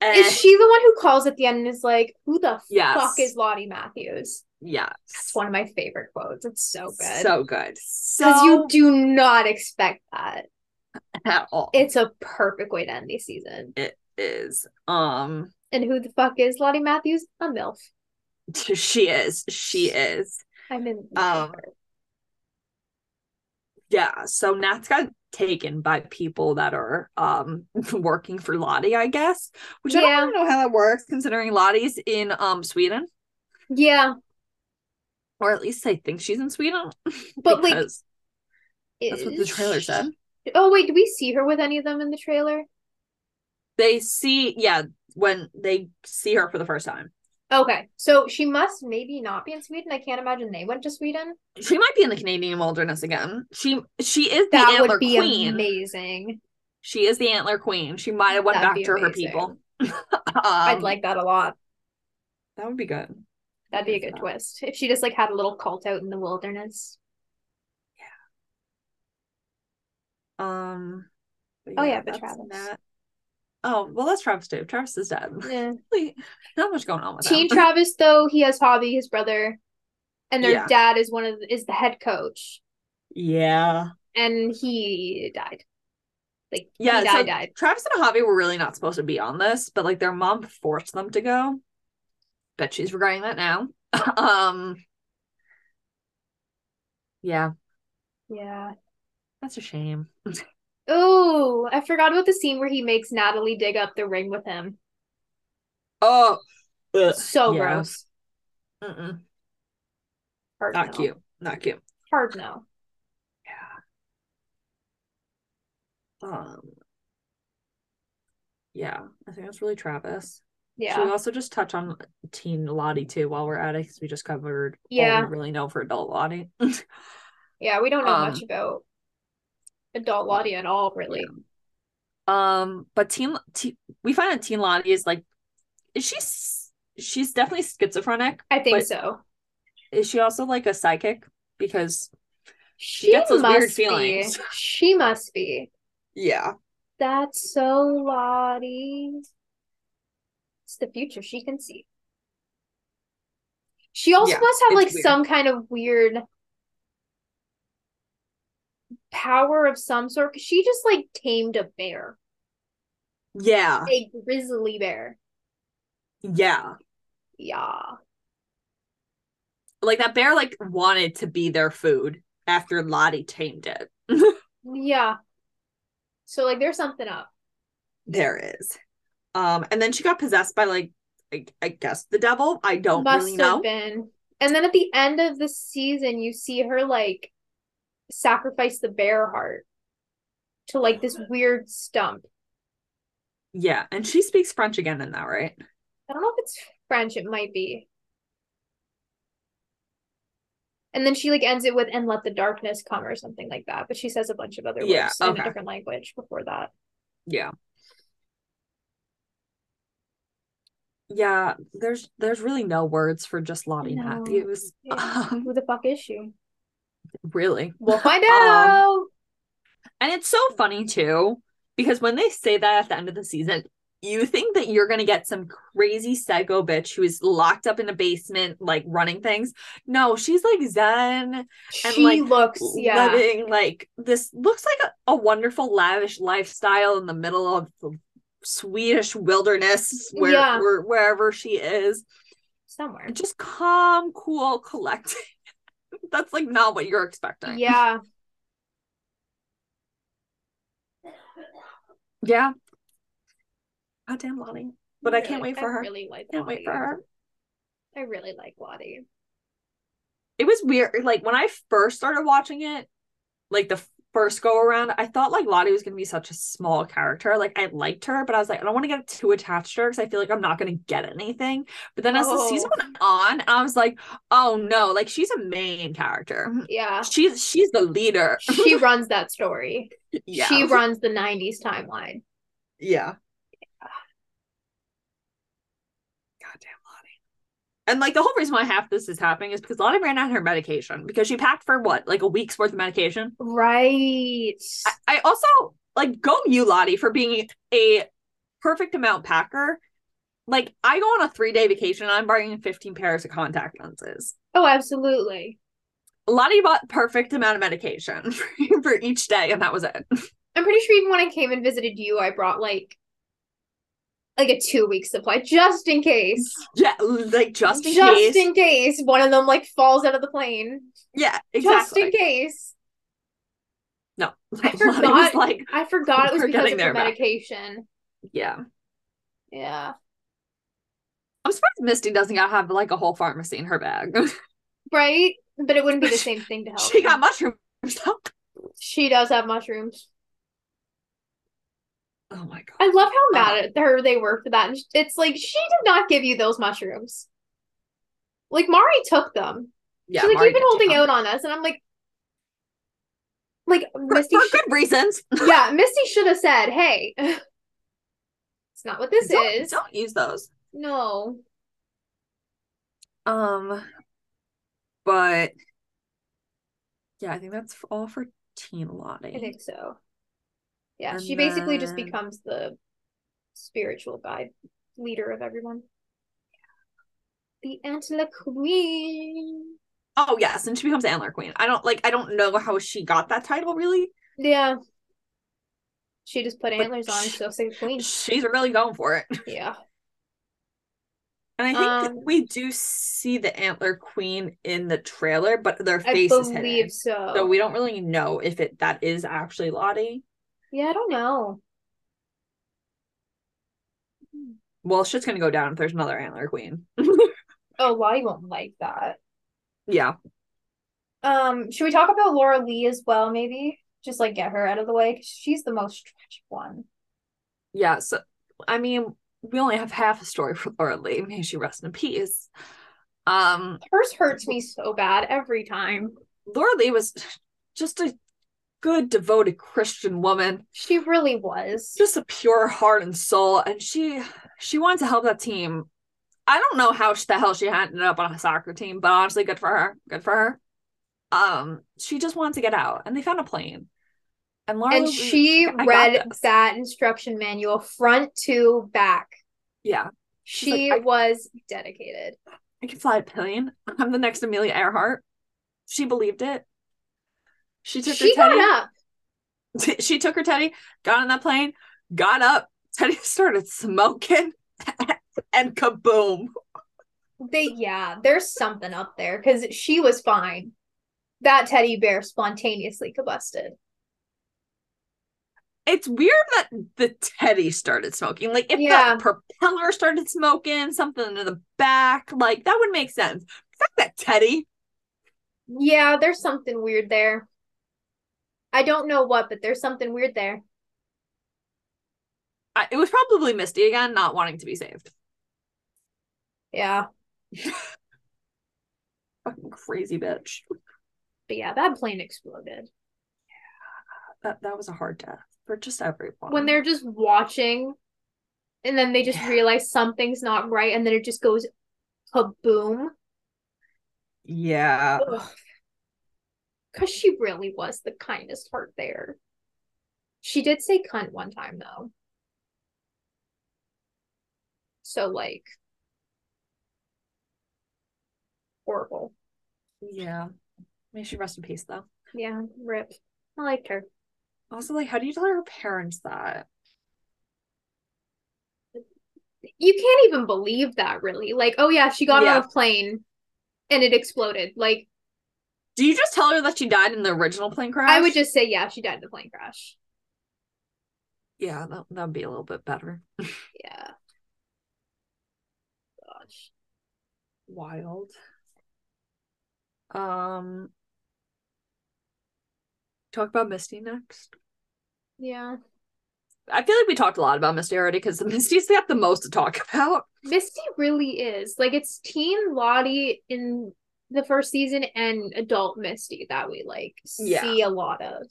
E: And
D: Is she the one who calls at the end and is like, who the
E: Eh. Yes.
D: fuck is Lottie Matthews?
E: yeah,
D: That's one of my favorite quotes. It's so good.
E: so good,
D: because
E: so
D: you do not expect that.
E: at all it
D: It's a perfect way to end the season.
E: is um [laughs]
D: And who the fuck is Lottie Matthews? A MILF.
E: she is she is
D: I'm in
E: Um, yeah so nat's got taken by people that are um [laughs] working for lottie i guess which i
D: Yeah.
E: don't really know how that works considering lottie's in um sweden
D: Yeah.
E: or at least i think she's in sweden
D: But, like,
E: because that's what the trailer said
D: Oh wait, do we see her with any of them in the trailer?
E: They see, yeah, when they see her for the first time.
D: Okay, so she must maybe not be in Sweden. I can't imagine they went to Sweden.
E: She might be in the Canadian wilderness again. She she is the
D: That
E: antler
D: would be
E: queen.
D: amazing.
E: She is the antler queen. She might have went
D: That'd
E: back
D: be
E: to her
D: amazing.
E: people. [laughs]
D: I'd
E: Um,
D: like that a lot.
E: that would be good.
D: That'd be a
E: that's
D: good
E: not-
D: twist. If she just like had a little cult out in the wilderness.
E: Um. but
D: Oh, yeah, but
E: that's
D: Travis.
E: That. Oh well, that's Travis too. Travis is dead. [laughs]
D: Yeah.
E: Really, Not much going on with
D: Teen
E: him.
D: Travis though, he has Hobby, his brother, and their
E: Yeah.
D: dad is one of the, is the head coach,
E: yeah,
D: and he died. Like
E: yeah.
D: he
E: so
D: died, died.
E: Travis and Javi were really not supposed to be on this, but like their mom forced them to go. Bet she's regretting that now. [laughs] um. Yeah,
D: Yeah.
E: that's a shame.
D: Oh, I forgot about the scene where he makes Natalie dig up the ring with him.
E: Oh, ugh,
D: So
E: yeah.
D: gross.
E: Mm-mm,
D: Hard
E: not
D: no.
E: cute. Not cute.
D: Hard no.
E: Yeah. Um. Yeah, I think that's really Travis. Should we
D: Yeah.
E: also just touch on teen Lottie too while we're at it? Because we just covered all
D: Yeah.
E: we really know for adult Lottie. [laughs]
D: Yeah, we don't know much
E: Um,
D: about adult Lottie at all, really.
E: um, but teen, teen we find that teen Lottie is like, is she? s- She's definitely schizophrenic.
D: I think
E: But
D: so.
E: Is she also like a psychic? Because
D: She,
E: gets those weird
D: must be.
E: feelings. [laughs]
D: She must be.
E: yeah,
D: That's so Lottie. It's the future she can see. She also
E: Yeah,
D: must have
E: it's
D: like
E: weird.
D: some kind of weird power of some sort. 'cause She just like tamed a bear,
E: yeah,
D: a grizzly bear.
E: yeah.
D: Yeah.
E: Like that bear like wanted to be their food after Lottie tamed it.
D: Yeah. So like there's something up.
E: There is. Um, and then she got possessed by like I, I guess the devil. I don't
D: Must
E: really
D: have
E: know.
D: been. And then at the end of the season, you see her like sacrifice the bear heart to like this weird stump.
E: Yeah, and she speaks French again in that, right?
D: I don't know if it's French, it might be. And then she like ends it with and let the darkness come or something like that. But she says a bunch of other
E: Yeah,
D: words in
E: okay.
D: a different language before
E: [laughs]
D: that.
E: Yeah. Yeah, there's there's really no words for just Lottie
D: No.
E: Matthews.
D: Yeah.
E: Um,
D: Who the fuck is she?
E: [laughs] really.
D: We'll
E: [laughs] Um,
D: find out.
E: And it's so funny too, because when they say that at the end of the season, you think that you're gonna get some crazy psycho bitch who is locked up in a basement, like running things. No, she's like zen. and,
D: she
E: like,
D: looks, yeah.
E: living like this looks like a, a wonderful lavish lifestyle in the middle of the Swedish wilderness where,
D: Yeah.
E: where wherever she is
D: Somewhere.
E: And just calm cool collected [laughs] that's like not what you're expecting
D: Yeah.
E: yeah god damn Lonnie but I can't wait for her
D: I really like
E: can't
D: Lottie.
E: wait for her
D: I really like Lottie.
E: it was weird like when I first started watching it like the first go around I thought like Lottie was gonna be such a small character like I liked her but I was like I don't want to get too attached to her because I feel like I'm not gonna get anything but then as the season went on I was like oh no like she's a main character
D: Yeah.
E: she's she's the leader [laughs]
D: She runs that story.
E: yeah
D: She runs the 90s timeline.
E: yeah goddamn Lottie and like the whole reason why half this is happening is because Lottie ran out of her medication because she packed for what like a week's worth of medication
D: Right.
E: I, I also like go you Lottie for being a perfect amount packer. Like I go on a three day vacation and I'm buying 15 pairs of contact lenses.
D: Oh, absolutely.
E: Lottie bought perfect amount of medication [laughs] for each day and that was it.
D: I'm pretty sure even when I came and visited you, I brought like like a two week supply just in case.
E: Yeah, like just in case.
D: in case one of them like falls out of the plane.
E: yeah, exactly.
D: Just in case.
E: No, [laughs]
D: I
E: Lottie was
D: forgot.
E: like,
D: I forgot it was
E: We're
D: because
E: getting
D: of
E: there,
D: the
E: Mac.
D: medication.
E: yeah.
D: Yeah.
E: I'm surprised Misty doesn't have like a whole pharmacy in her bag.
D: Oh, Right? But it wouldn't be the same thing to help.
E: [laughs] she Oh
D: him.
E: [laughs] got mushrooms.
D: She does have mushrooms.
E: Oh my god.
D: I love how mad at her they were for that. And It's like she did not give you those mushrooms. Like Mari took them.
E: Yeah,
D: She's like,
E: Mari
D: you've been
E: did
D: holding
E: take
D: out
E: them.
D: on us, and I'm like, like
E: for,
D: Misty.
E: for
D: should-
E: good reasons.
D: yeah, Misty should have said, "Hey, [laughs] it's not what this
E: Don't-
D: is."
E: don't use those.
D: No,
E: Um, but yeah, I think that's f- all for Teen Lottie.
D: I think so. Yeah,
E: And
D: she basically just
E: then-
D: becomes the spiritual guide, leader of everyone. The Antler Queen.
E: Oh yes, and she becomes Antler Queen. I don't like. I don't know how she got that title. Really,
D: Yeah. She just put
E: But
D: antlers on,
E: she-
D: so say queen.
E: she's really going for it. [laughs]
D: Yeah.
E: And I think
D: Um,
E: we do see the Antler Queen in the trailer, but their
D: I
E: face is hidden,
D: believe so.
E: so we don't really know if it that is actually Lottie.
D: yeah, I don't know.
E: Well, shit's gonna go down if there's another Antler Queen. [laughs]
D: Oh, Lottie won't like that.
E: yeah,
D: Um, should we talk about Laura Lee as well, maybe? Just like get her out of the way 'cause she's the most tragic one.
E: yeah. So I mean, we only have half a story for Laura Lee. May she rest in peace. Um,
D: Hers hurts me so bad every time.
E: Laura Lee was just a good, devoted Christian woman,
D: She really was.
E: just a pure heart and soul, and she she wanted to help that team. I don't know how sh- the hell she ended up on a soccer team, but honestly, good for her. Good for her. Um, she just wanted to get out, and they found a plane. And Laura,
D: and
E: Lee-
D: she
E: I got
D: read
E: this.
D: that instruction manual front to back.
E: yeah, She's like,
D: She
E: "I-
D: was dedicated.
E: I can fly a plane. I'm the next Amelia Earhart. She believed it. She took
D: She
E: her teddy.
D: got up.
E: she took her teddy, [laughs] got on that plane, got up. [laughs] Teddy started smoking, [laughs] and kaboom!
D: They yeah, there's something up there because she was fine. That teddy bear spontaneously combusted.
E: It's weird that the teddy started smoking. Like if
D: Yeah.
E: the propeller started smoking, something in the back, like that would make sense. Fuck that teddy.
D: Yeah, there's something weird there. I don't know what, but there's something weird there.
E: I, it was probably Misty again, not wanting to be saved.
D: Yeah.
E: Fucking crazy bitch.
D: But yeah, that plane exploded.
E: That that was a hard death for just everyone.
D: When they're just watching and then they just
E: Yeah.
D: realize something's not right and then it just goes kaboom.
E: yeah.
D: Because she really was the kindest heart there. She did say cunt one time, though. So, like, horrible.
E: Yeah. May she rest in peace though.
D: Yeah, rip. I liked her.
E: Also, like, how do you tell her parents that?
D: You can't even believe that, really. Like, oh, yeah, she got on
E: Yeah.
D: a plane and it exploded. Like,
E: Do you just tell her that she died in the original plane crash?
D: I would just say, yeah, she died in the plane crash.
E: Yeah, that that'd be a little bit better.
D: Yeah. Gosh.
E: Wild. Um talk about Misty next.
D: Yeah.
E: I feel like we talked a lot about Misty already because Misty's got the [laughs] most to talk about.
D: Misty really is. Like it's teen Lottie in the first season and adult Misty that we like
E: Yeah.
D: see a lot of.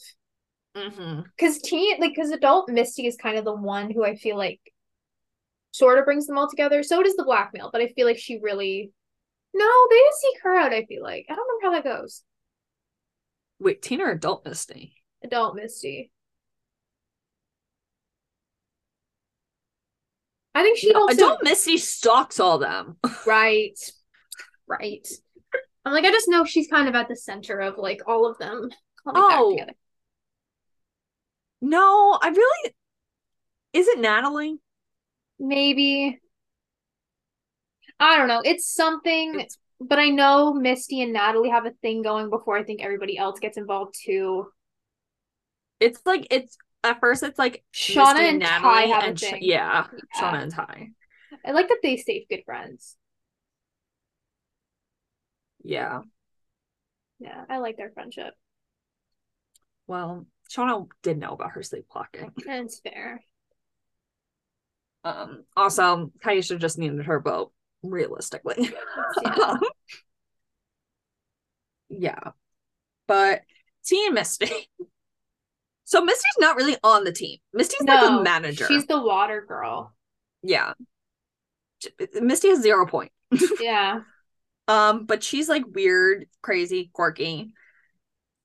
E: Mm-hmm.
D: Cause teen like cause adult Misty is kind of the one who I feel like sort of brings them all together. So does the blackmail, but I feel like she really No, they didn't seek her out, I feel like. I don't remember how that goes.
E: Wait, teen or adult Misty?
D: Adult Misty. I think she
E: No,
D: also [laughs]
E: adult Misty stalks all them.
D: Right. Right. I'm like, I just know she's kind of at the center of like all of them coming back
E: Oh.
D: together.
E: No, I really is it Natalie?
D: Maybe. I don't know. It's something,
E: It's-
D: but I know Misty and Natalie have a thing going before I think everybody else gets involved too.
E: It's like it's at first it's like
D: Shauna
E: Misty
D: and Ty
E: Natalie
D: have a
E: and Sh-
D: thing.
E: yeah,
D: Yeah.
E: Shauna and Ty.
D: I like that they stay good friends.
E: Yeah.
D: Yeah, I like their friendship.
E: Well, Shauna did know about her sleepwalking.
D: That's fair.
E: Um, also, Kaisha just needed her boat, realistically.
D: Yeah.
E: [laughs] yeah. But Team Misty. So Misty's not really on the team. Misty's like
D: No,
E: a manager.
D: She's the water girl.
E: yeah. J- Misty has zero point. [laughs]
D: Yeah.
E: Um, but she's like weird, crazy, quirky.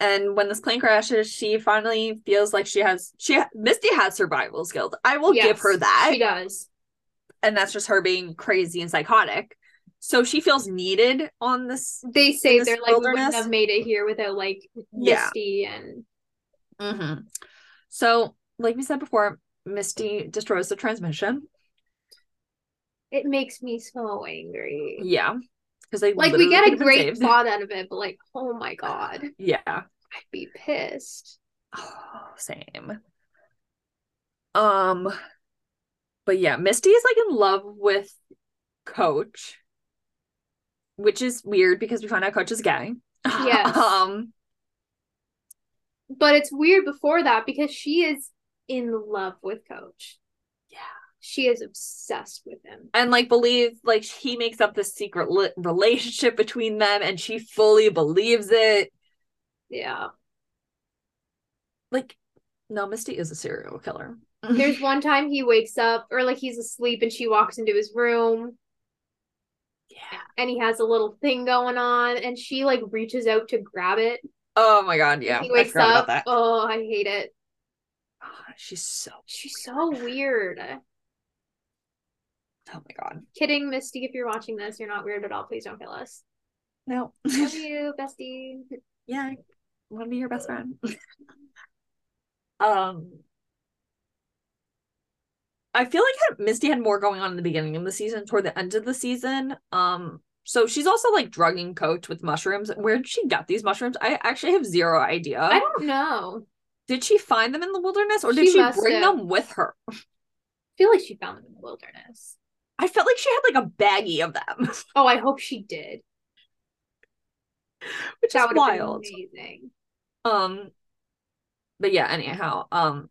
E: And when this plane crashes, she finally feels like she has she Misty has survival skills. I will give
D: Yes,
E: her that.
D: She does.
E: and that's just her being crazy and psychotic. So she feels needed on this.
D: They say
E: this
D: they're like, we wouldn't
E: wilderness?
D: have made it here without like
E: Yeah.
D: Misty and
E: Mm-hmm. So, like we said before, Misty destroys the transmission.
D: it makes me so angry.
E: Yeah, because they
D: Like we
E: literally
D: get a
E: could've been
D: great
E: saved.
D: thought out of it, but like, oh my god, I'd
E: [laughs] Yeah.
D: be pissed.
E: Oh, [sighs] same. Um, but yeah, Misty is like in love with Coach, which is weird because we find out Coach is gay.
D: Yes.
E: [laughs] um,
D: But it's weird before that because she is in love with Coach.
E: Yeah.
D: She is obsessed with him.
E: and like believe like he makes up this secret li- relationship between them and she fully believes it
D: Yeah.
E: like no misty is a serial killer [laughs]
D: There's one time he wakes up or like he's asleep and she walks into his room
E: yeah
D: and he has a little thing going on and she like reaches out to grab it.
E: oh my god yeah
D: he
E: I
D: wakes
E: forgot
D: up.
E: about that
D: Oh, I hate it.
E: Ah, [sighs] she's so
D: She's so weird.
E: oh my god
D: Kidding, Misty, if you're watching this, you're not weird at all. Please don't kill
E: [laughs]
D: us.
E: no
D: Love you, bestie.
E: yeah i want to be your best friend [laughs] um i feel like had- misty had more going on in the beginning of the season toward the end of the season um so she's also like drugging coach with mushrooms where did she get these mushrooms i actually have zero idea
D: I don't know.
E: did she find them in the wilderness or did
D: She
E: she,
D: must
E: bring
D: have.
E: them with her
D: I feel like she found them in the wilderness.
E: i felt like she had like a baggie of them [laughs]
D: Oh, I hope she did.
E: which is
D: That would have been
E: wild
D: amazing.
E: um but yeah anyhow um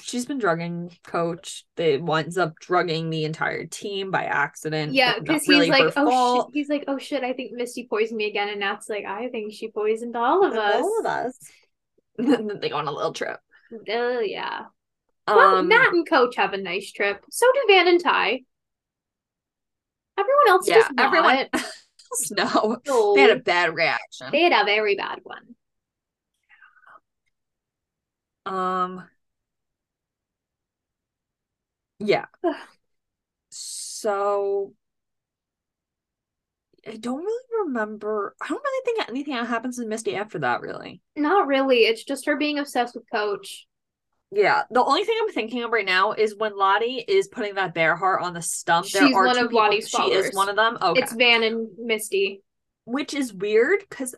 E: she's been drugging coach they winds up drugging the entire team by accident
D: Yeah,
E: but not
D: because he's
E: really her
D: like, oh,
E: fault.
D: shit. he's like, oh shit, I think Misty poisoned me again, and Nat's like, I think she poisoned all of
E: And
D: us.
E: all of us [laughs] and then they go on a little trip
D: Oh yeah. Well,
E: um
D: Nat and Coach have a nice trip. So do Van and Ty. Everyone else,
E: yeah
D: does not.
E: everyone [laughs] else no
D: No.
E: they had a bad reaction
D: They had a very bad one.
E: Um, yeah. So I don't really remember. I don't really think anything that happens with Misty after that, really.
D: Not really. It's just her being obsessed with Coach.
E: Yeah. The only thing I'm thinking of right now is when Lottie is putting that bear heart on the stump. There
D: She's
E: are
D: one
E: two
D: of
E: people-
D: Lottie's
E: She is
D: followers.
E: one of them. Okay.
D: It's Van and Misty.
E: Which is weird because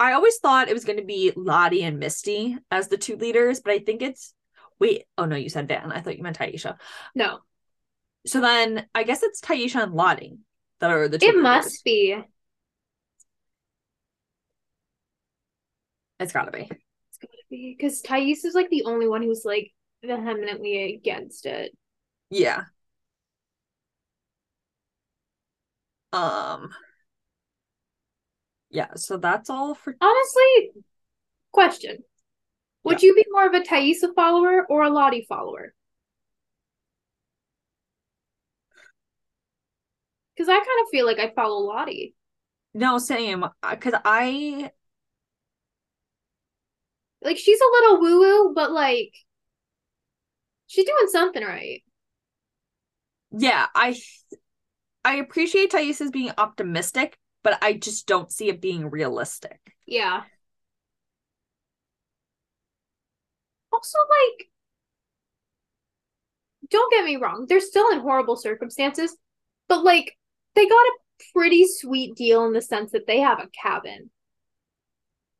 E: I always thought it was going to be Lottie and Misty as the two leaders, but I think it's. Wait. Oh, no, you said Van. I thought you meant Taisha.
D: No,
E: So then I guess it's Taisha and Lottie that are the two.
D: it
E: leaders.
D: must be.
E: It's gotta be.
D: It's gotta be because Thais is like the only one who's like vehemently against it.
E: Yeah. Um Yeah, so that's all for
D: Honestly, question: Would you be more of a Thais follower or a Lottie follower? Because I kind of feel like I follow Lottie.
E: no same because I
D: Like she's a little woo woo, but like she's doing something right.
E: yeah I I appreciate Thais being optimistic, but I just don't see it being realistic.
D: Yeah. Also, like, don't get me wrong, they're still in horrible circumstances, but like, they got a pretty sweet deal in the sense that they have a cabin.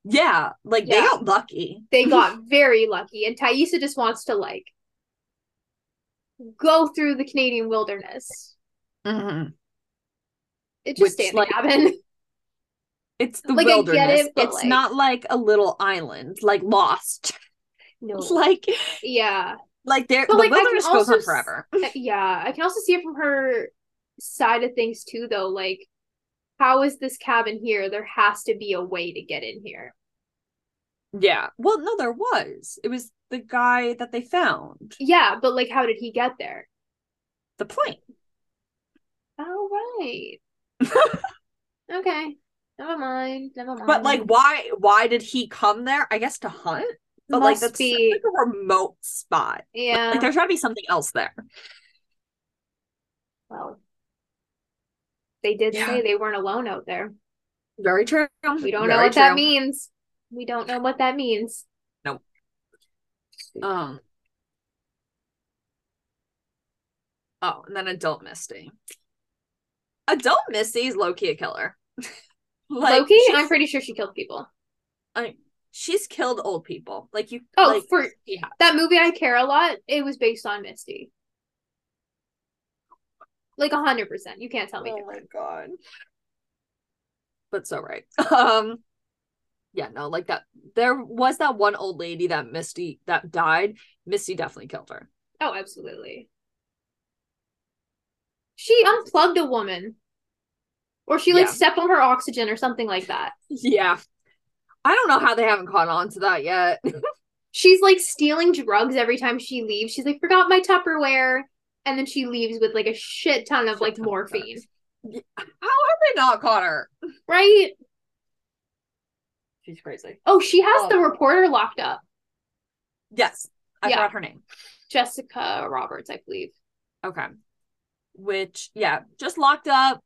E: Yeah, like they
D: Yeah.
E: got lucky. [laughs]
D: They got very lucky, and Thaisa just wants to like go through the Canadian wilderness. Mm-hmm.
E: Mhm.
D: It
E: Which,
D: just stay in
E: like,
D: the cabin.
E: It's the
D: Like, I get
E: wilderness.
D: it, but,
E: it's
D: like-
E: not like a little island, like lost. [laughs]
D: No.
E: It's like
D: [laughs] Yeah.
E: Like there,
D: But,
E: the
D: like, I can
E: wilderness goes on
D: also
E: forever.
D: Uh, yeah, I can also see it from her side of things too, though. Like, how is this cabin here? There has to be a way to get in here.
E: Yeah. Well, no, there was. It was the guy that they found.
D: Yeah, but like, how did he get there?
E: The plane.
D: All Oh,
E: [laughs]
D: right. okay. Never mind. Never mind.
E: But like, why? Why did he come there? I guess to hunt. But like,
D: Must
E: that's such,
D: be.
E: like a remote spot.
D: yeah.
E: Like, there's got to be something else there.
D: well, they did
E: Yeah.
D: say they weren't alone out there.
E: Very true.
D: We don't know
E: Very
D: what that
E: true.
D: means. We don't know what that means.
E: Um. Oh, and then adult Misty. Adult Misty is low key a killer. [laughs] like
D: Loki,
E: she's,
D: I'm pretty sure she killed people.
E: like, she's killed old people. Like you.
D: Oh,
E: like,
D: for-
E: yeah.
D: That movie I care a lot, it was based on Misty. Like a hundred percent. You can't tell me different.
E: Oh god. But so right. [laughs] Um. Yeah, no, like that. There was that one old lady that Misty that died. Misty definitely killed her.
D: Oh, absolutely. She unplugged a woman. Or she like
E: Yeah.
D: stepped on her oxygen or something like that.
E: Yeah. I don't know how they haven't caught on to that yet. [laughs]
D: She's like stealing drugs every time she leaves. She's like, forgot my Tupperware. And then she leaves with like a shit ton of
E: Shit
D: like
E: ton of drugs.
D: morphine.
E: Yeah, How have they not caught her?
D: Right?
E: She's crazy.
D: Oh, she has
E: Oh.
D: the reporter locked up.
E: Yes, I
D: Yeah.
E: forgot her name.
D: Jessica Roberts, I believe.
E: Okay. Which, yeah, just locked up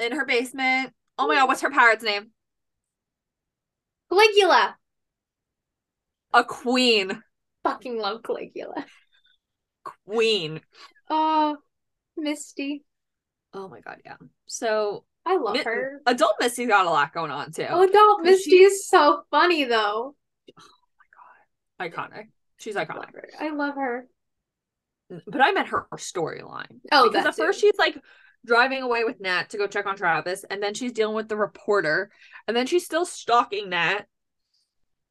E: in her basement. Oh my god, what's her pirate's name?
D: Caligula.
E: A queen.
D: Fucking love Caligula.
E: Queen.
D: Oh, Misty.
E: Oh my god, yeah. So
D: I love
E: Mi-
D: her.
E: adult Missy's got a lot going on too.
D: Oh, adult
E: 'cause
D: Misty
E: she-
D: is so funny though.
E: Iconic. She's
D: I love
E: iconic.
D: her. I love her.
E: But I meant her storyline.
D: Oh,
E: because
D: that
E: at first
D: too.
E: she's like driving away with Nat to go check on Travis, and then she's dealing with the reporter, and then she's still stalking Nat,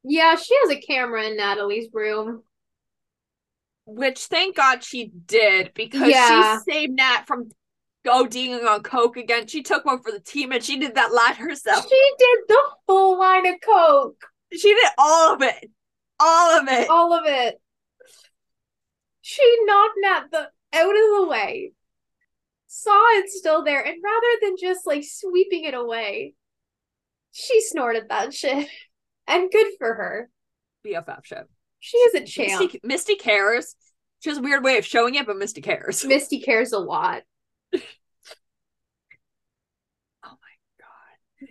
D: Yeah, she has a camera in Natalie's room.
E: which thank God she did because
D: Yeah.
E: she saved Nat from ODing on coke again. She took one for the team, and she did that line herself. [laughs]
D: She did the full line of coke,
E: She did all of it, all of it.
D: all of it. She knocked Nat the out of the way, saw it still there, and rather than just like sweeping it away, she snorted that [laughs] shit. And good for her.
E: BFF show.
D: She is a champ.
E: Misty, Misty cares. She has a weird way of showing it, but Misty cares.
D: Misty cares a lot.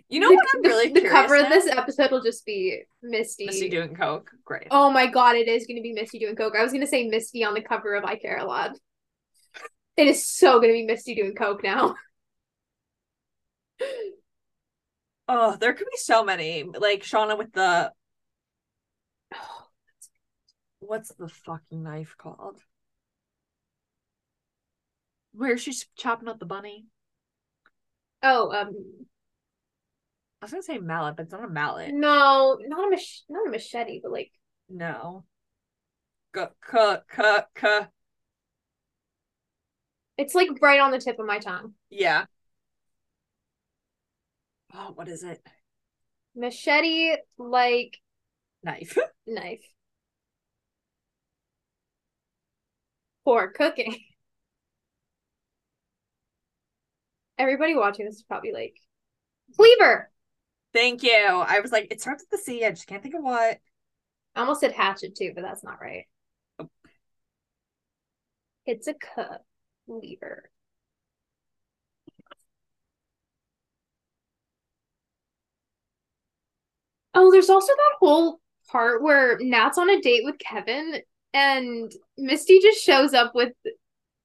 E: You know
D: the,
E: what I'm
D: the-
E: really
D: the
E: curious
D: cover of
E: now?
D: this episode will just be Misty.
E: Misty doing coke. Great.
D: Oh my god, it is gonna be Misty doing coke. I was gonna say Misty on the cover of I Care a Lot. It is so gonna be Misty doing coke
E: [sighs]
D: now.
E: Oh, there could be so many. Like Shauna with the what's the fucking knife called? Where she's chopping up the bunny.
D: Oh, um,
E: I was gonna say mallet, but it's not a mallet.
D: no, not a mach- not a machete, but like
E: No. Cut, cut, cut, cut.
D: it's like right on the tip of my tongue.
E: Yeah. Oh, what is it?
D: Machete like
E: Knife. [laughs]
D: knife. For cooking. [laughs] Everybody watching this is probably like, Cleaver!
E: Thank you. I was like, it starts with the C. I just can't think of what.
D: I almost said hatchet too, but that's not right.
E: Oh.
D: It's a cut lever. Oh, there's also that whole part where Nat's on a date with Kevin and Misty just shows up with,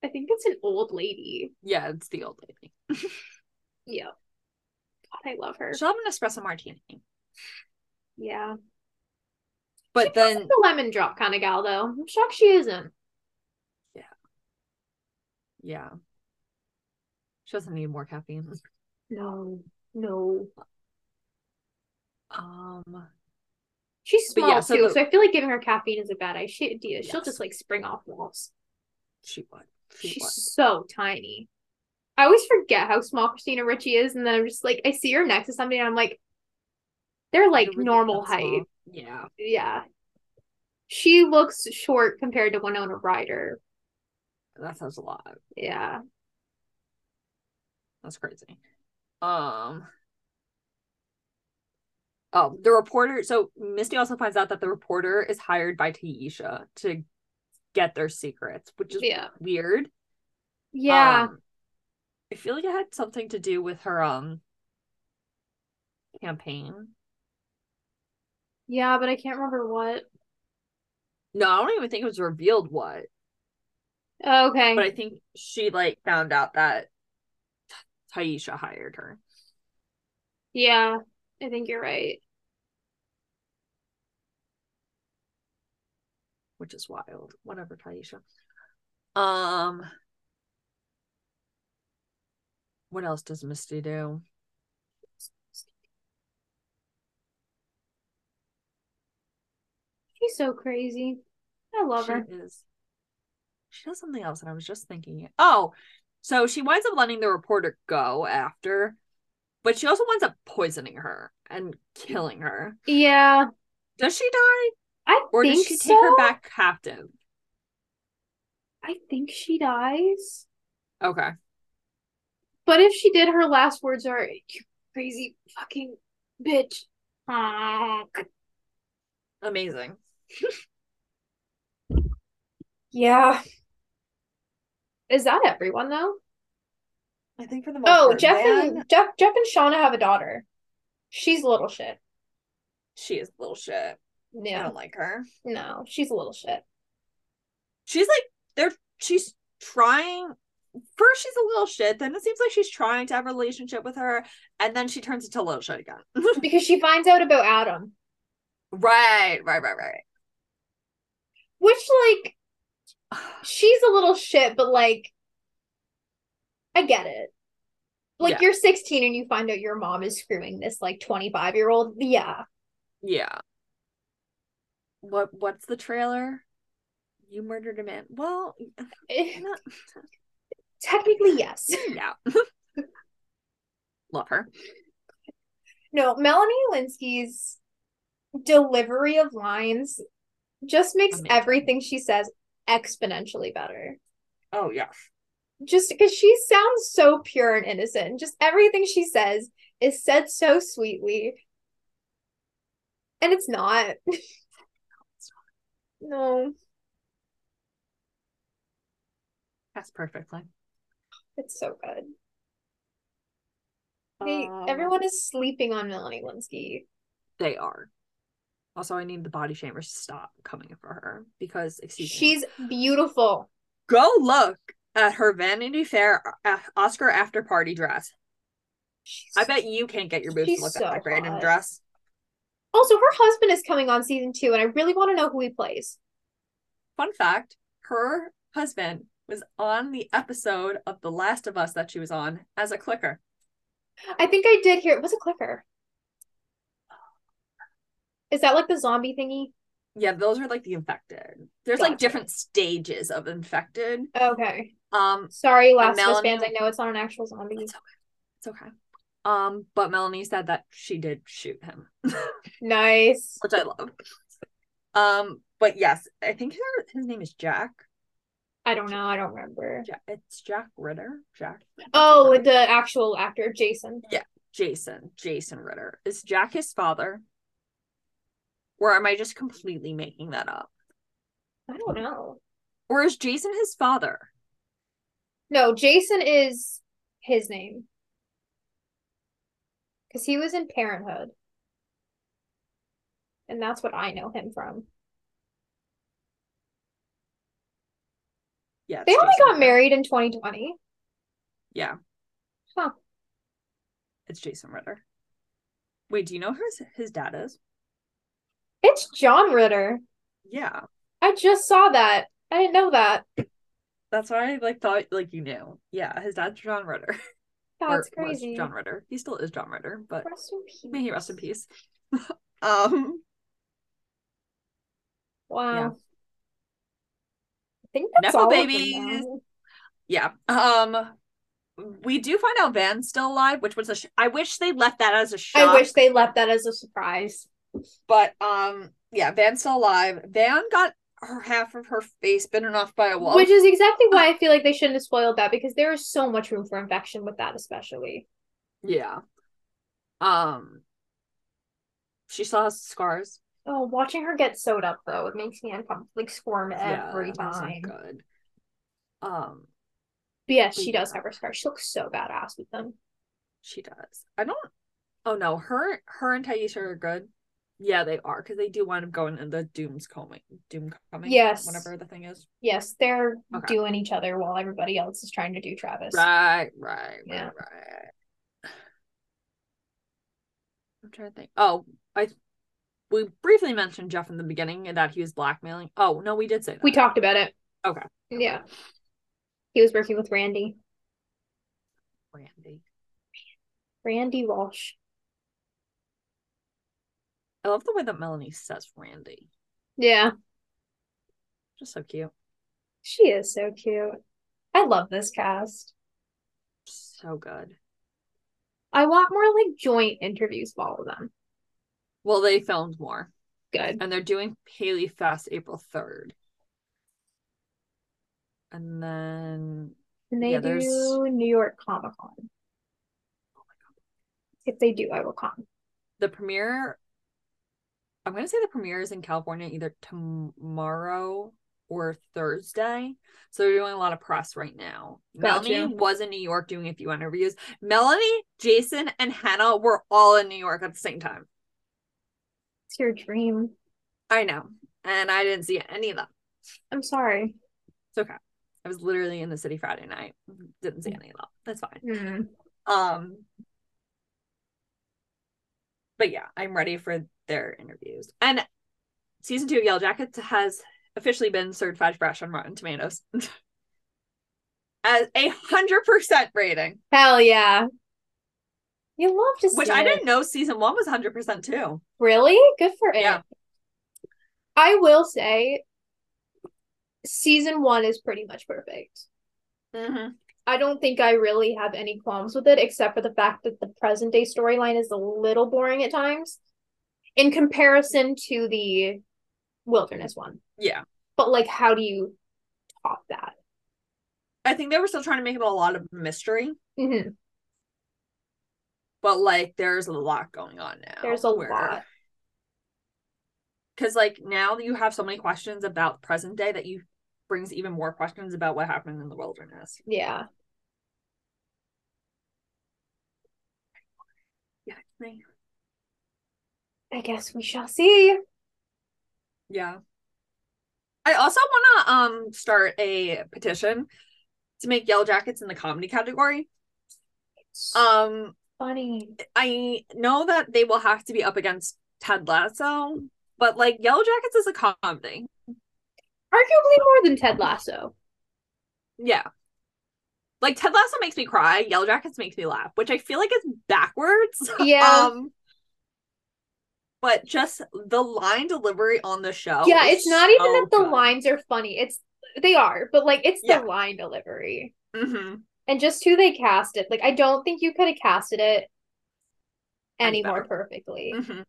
D: I think it's an old lady.
E: Yeah, it's the old lady.
D: Yeah. God, I love her.
E: She'll have an espresso martini.
D: Yeah.
E: But then
D: The lemon drop kind of gal, though. I'm shocked she isn't.
E: Yeah. She doesn't need more caffeine.
D: No, no.
E: Um
D: She's
E: But
D: small
E: yeah, so
D: too,
E: the-
D: so I feel like giving her caffeine is a bad idea. She'll
E: Yes.
D: just like spring off walls.
E: She would. She
D: She's
E: would.
D: so tiny. I always forget how small Christina Ritchie is, and then I'm just like, I see her next to somebody, and I'm like, they're like
E: Really
D: normal
E: that small.
D: height.
E: Yeah.
D: Yeah. She looks short compared to Winona Ryder.
E: That sounds a lot.
D: Yeah.
E: That's crazy. Um. Oh, the reporter. So Misty also finds out that the reporter is hired by Taisha to get their secrets, which is
D: Yeah.
E: weird.
D: Yeah.
E: Um, I feel like it had something to do with her um campaign.
D: yeah, but I can't remember what.
E: No, I don't even think it was revealed what.
D: Okay.
E: but I think she like found out that Taisha hired her.
D: yeah. I think you're right.
E: which is wild. Whatever, Taisha. Um, what else does Misty do?
D: She's so crazy. I love
E: she
D: her.
E: is. She does something else, and I was just thinking it. Oh, so she winds up letting the reporter go after, but she also winds up poisoning her and killing her.
D: Yeah.
E: Does she die,
D: I
E: or
D: think
E: does she
D: so.
E: take her back captive?
D: I think she dies.
E: Okay,
D: But if she did, her last words are "You crazy fucking bitch." Honk.
E: amazing.
D: Yeah. Is that everyone though?
E: I think for the most
D: Oh,
E: part,
D: Jeff
E: Van-
D: and Jeff Jeff and Shauna have a daughter. She's a little shit.
E: she is a little shit. I
D: No,
E: don't like her.
D: no, she's a little shit.
E: she's like they're she's trying first she's a little shit then it seems like she's trying to have a relationship with her and then she turns into a little shit again
D: Because she finds out about Adam,
E: right right right right [sighs]
D: which like she's a little shit, but like I get it. Like
E: Yeah.
D: you're 16 and you find out your mom is screwing this like 25 year old. Yeah.
E: yeah what what's the trailer you murdered a man well not-
D: Eh, Technically, yes.
E: [laughs] yeah love her
D: No, Melanie Linsky's delivery of lines just makes
E: Amazing.
D: everything she says exponentially better.
E: oh yeah
D: Just because she sounds so pure and innocent. Just everything she says is said so sweetly. And it's not. [laughs] No,
E: that's perfectly
D: it's so good. Hey,
E: Um,
D: everyone is sleeping on Melanie Linsky.
E: uh, they are also i need the body shamers to stop coming for her because excuse me
D: She's beautiful.
E: go look at her Vanity Fair uh, Oscar after party dress. I bet you can't get your boobs
D: She's
E: to look
D: so
E: at that random
D: hot.
E: dress.
D: Also, her husband is coming on season two, and I really want to know who he plays.
E: Fun fact: her husband was on the episode of The Last of Us that she was on as a clicker.
D: I think I did hear it was a clicker. Is that like the zombie thingy?
E: Yeah, those are like the infected. There's like
D: Gotcha.
E: different stages of infected.
D: Okay.
E: Um,
D: Sorry, Last of Us
E: Melanie-
D: fans. I know it's not an actual zombie.
E: it's okay. It's okay. Um, but Melanie said that she did shoot him,
D: Nice.
E: which I love. Um, but yes, I think her, his name is Jack.
D: I don't know. I don't remember.
E: Ja- it's Jack Ritter. Jack.
D: Oh,
E: Ritter.
D: the actual actor, Jason.
E: Jason. Jason Ritter. Is Jack his father? Or am I just completely making that up?
D: I don't know.
E: Or is Jason his father?
D: No, Jason is his name. Because he was in Parenthood. And that's what I know him from.
E: Yeah. it's
D: They only
E: Jason
D: got
E: Ritter.
D: married in 2020.
E: Yeah.
D: Huh.
E: It's Jason Ritter. Wait, do you know who his, his dad is?
D: It's John Ritter.
E: Yeah.
D: I just saw that. I didn't know that.
E: That's why I like thought like you knew. Yeah, his dad's John Ritter. Or
D: That's
E: was
D: crazy.
E: John Ritter. He still is John Ritter, but
D: Rest in peace.
E: may he rest in peace. [laughs] um
D: Wow.
E: Yeah.
D: I think that's
E: Nepo
D: all of them
E: babies.
D: now.
E: Yeah. Um we do find out Van's still alive, which was a sh- I wish they left that as a shock.
D: I wish they left that as a surprise.
E: but um yeah, Van's still alive. Van got her half of her face bitten off by a wolf.
D: Which is exactly
E: Uh.
D: why I feel like they shouldn't have spoiled that because there is so much room for infection with that, especially.
E: yeah. Um she still has scars.
D: Oh, watching her get sewed up though, it makes me uncomfortable, like squirm every
E: yeah, that's not
D: time. But
E: good. Um
D: yeah, she does
E: Yeah.
D: have her scar. She looks so badass with them.
E: She does. I don't. Oh no, her her and Taisha are good. Yeah, they are because they do wind up going in the Doom's coming, Doom coming.
D: Yes.
E: whatever the thing is.
D: Yes, they're
E: Okay.
D: doing each other while everybody else is trying to do Travis.
E: Right, right,
D: Yeah.
E: right, right. I'm trying to think. Oh, I we briefly mentioned Jeff in the beginning and that he was blackmailing. Oh no, we did say that.
D: We talked about it.
E: Okay.
D: Yeah. He was working with Randy.
E: Randy.
D: Randy Walsh.
E: I love the way that Melanie says Randy.
D: Yeah.
E: Just so cute.
D: She is so cute. I love this cast.
E: So good.
D: I want more like joint interviews with all of them.
E: Well, they filmed more.
D: Good.
E: and they're doing Paley Fest April 3rd. And then
D: And they
E: Yeah, there's- Oh
D: do New York Comic Con. If they do, I will come.
E: the premiere, I'm going to say the premiere is in California either tomorrow or Thursday. So they're doing a lot of press right now.
D: Gotcha.
E: Melanie was in New York doing a few interviews. Melanie, Jason, and Hannah were all in New York at the same time.
D: It's your dream.
E: I know. And I didn't see any of them.
D: I'm sorry.
E: It's okay. I was literally in the city Friday night. Didn't see any of them. That's fine.
D: Hmm.
E: Um, but yeah, I'm ready for their interviews. And season two of Yellow Jackets has officially been certified fresh on Rotten Tomatoes [laughs] as a hundred percent rating,
D: Hell yeah. You love to see
E: which I
D: it.
E: didn't know season one was hundred percent too.
D: Really? Good for it.
E: Yeah.
D: I will say season one is pretty much perfect.
E: Mm-hmm.
D: I don't think I really have any qualms with it, except for the fact that the present day storyline is a little boring at times in comparison to the wilderness one.
E: Yeah,
D: But like, how do you top that?
E: I think they were still trying to make it a lot of mystery,
D: hmm
E: but like there's a lot going on now.
D: There's a lot.
E: because like now that you have so many questions about present day that you brings even more questions about what happened in the wilderness.
D: Yeah.
E: Yeah, it's me.
D: I guess we shall see.
E: Yeah. I also want to um start a petition to make Yellow Jackets in the comedy category.
D: It's
E: Um,
D: funny.
E: I know that they will have to be up against Ted Lasso, but like Yellow Jackets is a comedy.
D: Arguably more than Ted Lasso.
E: Yeah. Like Ted Lasso makes me cry, Yellow Jackets makes me laugh, which I feel like is backwards.
D: Yeah.
E: [laughs] Um, but just the line delivery on the show.
D: yeah,
E: is
D: it's not even
E: Oh, so
D: that the
E: good.
D: lines are funny. It's they are, but like it's
E: Yeah.
D: the line delivery.
E: Mhm.
D: and just who they cast it. Like, I don't think you could have casted it any
E: Any better.
D: more perfectly.
E: Mhm.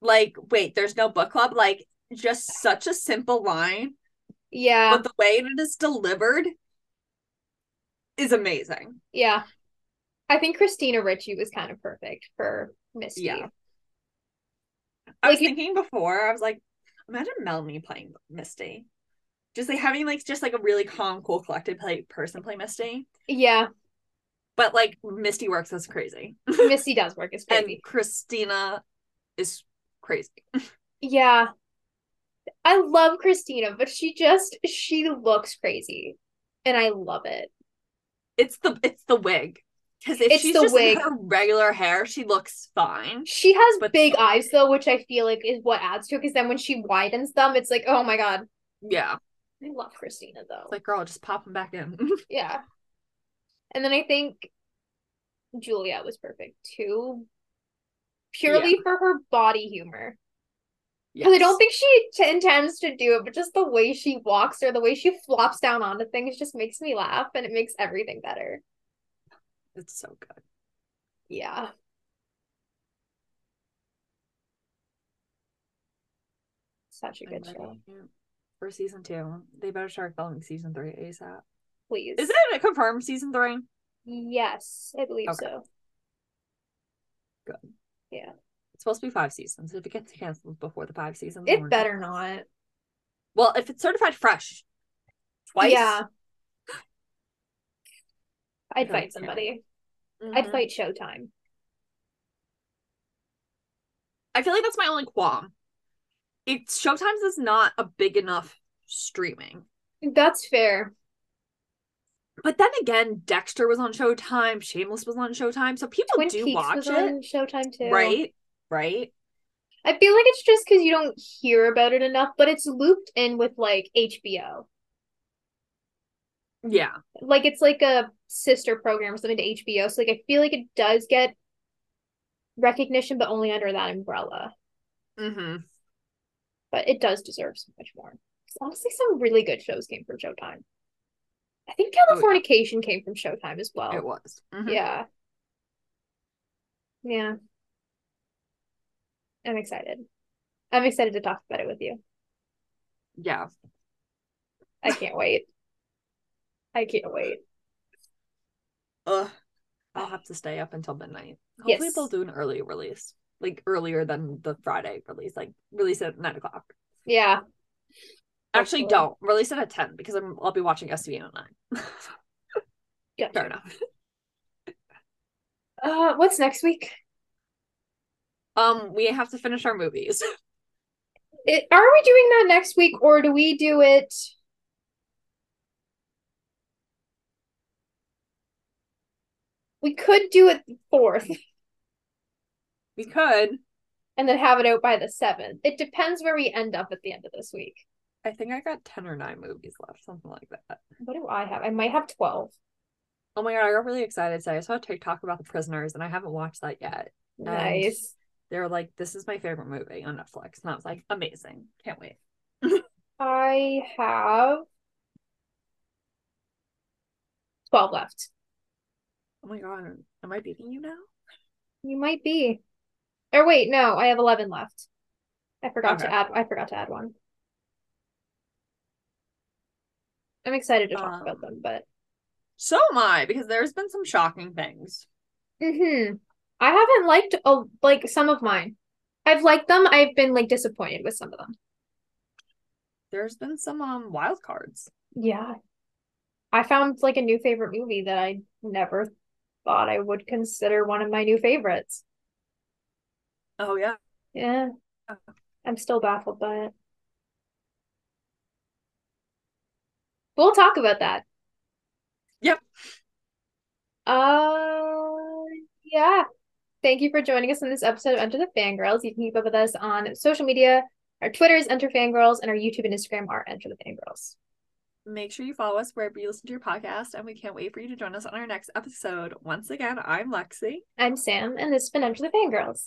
E: Like, wait, there's no book club. Like, just such a simple line,
D: Yeah,
E: but the way it is delivered is amazing.
D: yeah. I think Christina Ritchie was kind of perfect for Misty.
E: Yeah. I was
D: Like, you-
E: thinking before, I was like, imagine Melanie playing Misty. Just like having like just like a really calm, cool, collected play person play Misty.
D: Yeah,
E: But like Misty works as crazy.
D: Misty does work as
E: [laughs] And
D: crazy.
E: Christina is crazy.
D: yeah. I love Christina, but she just she looks crazy. And I love it.
E: It's the it's the wig. Because if
D: It's
E: she's
D: the
E: just in
D: wig.
E: her regular hair, she looks fine.
D: She has
E: But-
D: big eyes though, which I feel like is what adds to it because then when she widens them, it's like, oh my god.
E: Yeah.
D: I love Christina though.
E: It's like, girl, just pop them back in. [laughs]
D: Yeah. And then I think Juliet was perfect too, purely for her body humor. Because I don't think she t- intends to do it, but just the way she walks or the way she flops down onto things just makes me laugh and it makes everything better.
E: it's so good.
D: Yeah. Such a
E: I
D: good
E: love
D: show.
E: it. For season two, they better start filming season three ASAP.
D: Please.
E: Is it a confirmed season three?
D: Yes, I believe
E: Okay.
D: so.
E: It's supposed to be five seasons. If it gets canceled before the five seasons,
D: It
E: we're-
D: better not.
E: Well, if it's certified fresh, twice. [laughs]
D: Yeah. I'd
E: Don't
D: fight
E: care.
D: somebody.
E: Mhm.
D: I'd fight Showtime.
E: I feel like that's my only qualm. It's Showtime's is not a big enough streaming.
D: That's fair.
E: But then again, Dexter was on Showtime, Shameless was on Showtime, so people
D: Twin
E: do
D: Peaks
E: watch
D: was
E: it,
D: on Showtime too.
E: right? Right?
D: I feel like it's just because you don't hear about it enough, but it's looped in with like HBO.
E: Yeah.
D: Like it's like a sister program or something to HBO. So like I feel like it does get recognition, but only under that umbrella.
E: Mm-hmm.
D: But it does deserve so much more. 'Cause honestly, some really good shows came from Showtime. I think
E: Oh, yeah.
D: Californication came from Showtime as well.
E: It was. Mhm.
D: Yeah. Yeah. I'm excited. I'm excited to talk about it with you.
E: Yeah.
D: I can't wait. I can't wait.
E: Ugh. I'll have to stay up until midnight. Hopefully
D: Yes.
E: they'll do an early release. Like earlier than the Friday release. Like release it at nine o'clock.
D: Yeah.
E: Actually
D: Hopefully.
E: don't. Release it at ten because I'm I'll be watching SVU at nine. [laughs]
D: Gotcha.
E: Fair enough.
D: Uh, what's next week?
E: Um, we have to finish our movies. [laughs]
D: It, are we doing that next week or do we do it? We could do it the fourth
E: we could.
D: and then have it out by the seventh. It depends where we end up at the end of this week.
E: I think I got ten or nine movies left, something like that.
D: What do I have? I might have 12.
E: Oh my god, I got really excited today. I saw a TikTok about the prisoners and I haven't watched that yet. And-
D: Nice.
E: They were like, This is my favorite movie on Netflix. And I was like, Amazing. Can't wait.
D: I have 12 left.
E: Oh my god, am I beating you now?
D: You might be. Or wait, no, I have 11 left. I forgot to
E: Okay.
D: add I forgot to add one. I'm excited to talk about
E: Um,
D: them, but
E: So am I, because there's been some shocking things.
D: hmm I haven't liked a, like some of mine. I've liked them. I've been like disappointed with some of them.
E: There's been some um wild cards.
D: Yeah. I found like a new favorite movie that I never thought I would consider one of my new favorites.
E: Oh yeah.
D: Yeah.
E: Oh.
D: I'm still baffled by it. We'll talk about that.
E: Yep.
D: Uh, yeah. Thank you for joining us on this episode of Enter the Fangirls. You can keep up with us on social media. Our Twitter is Enter Fangirls, and our YouTube and Instagram are Enter the Fangirls.
E: Make sure you follow us wherever you listen to your podcast, and we can't wait for you to join us on our next episode. Once again, I'm Lexi.
D: I'm Sam, and this has been Enter the Fangirls.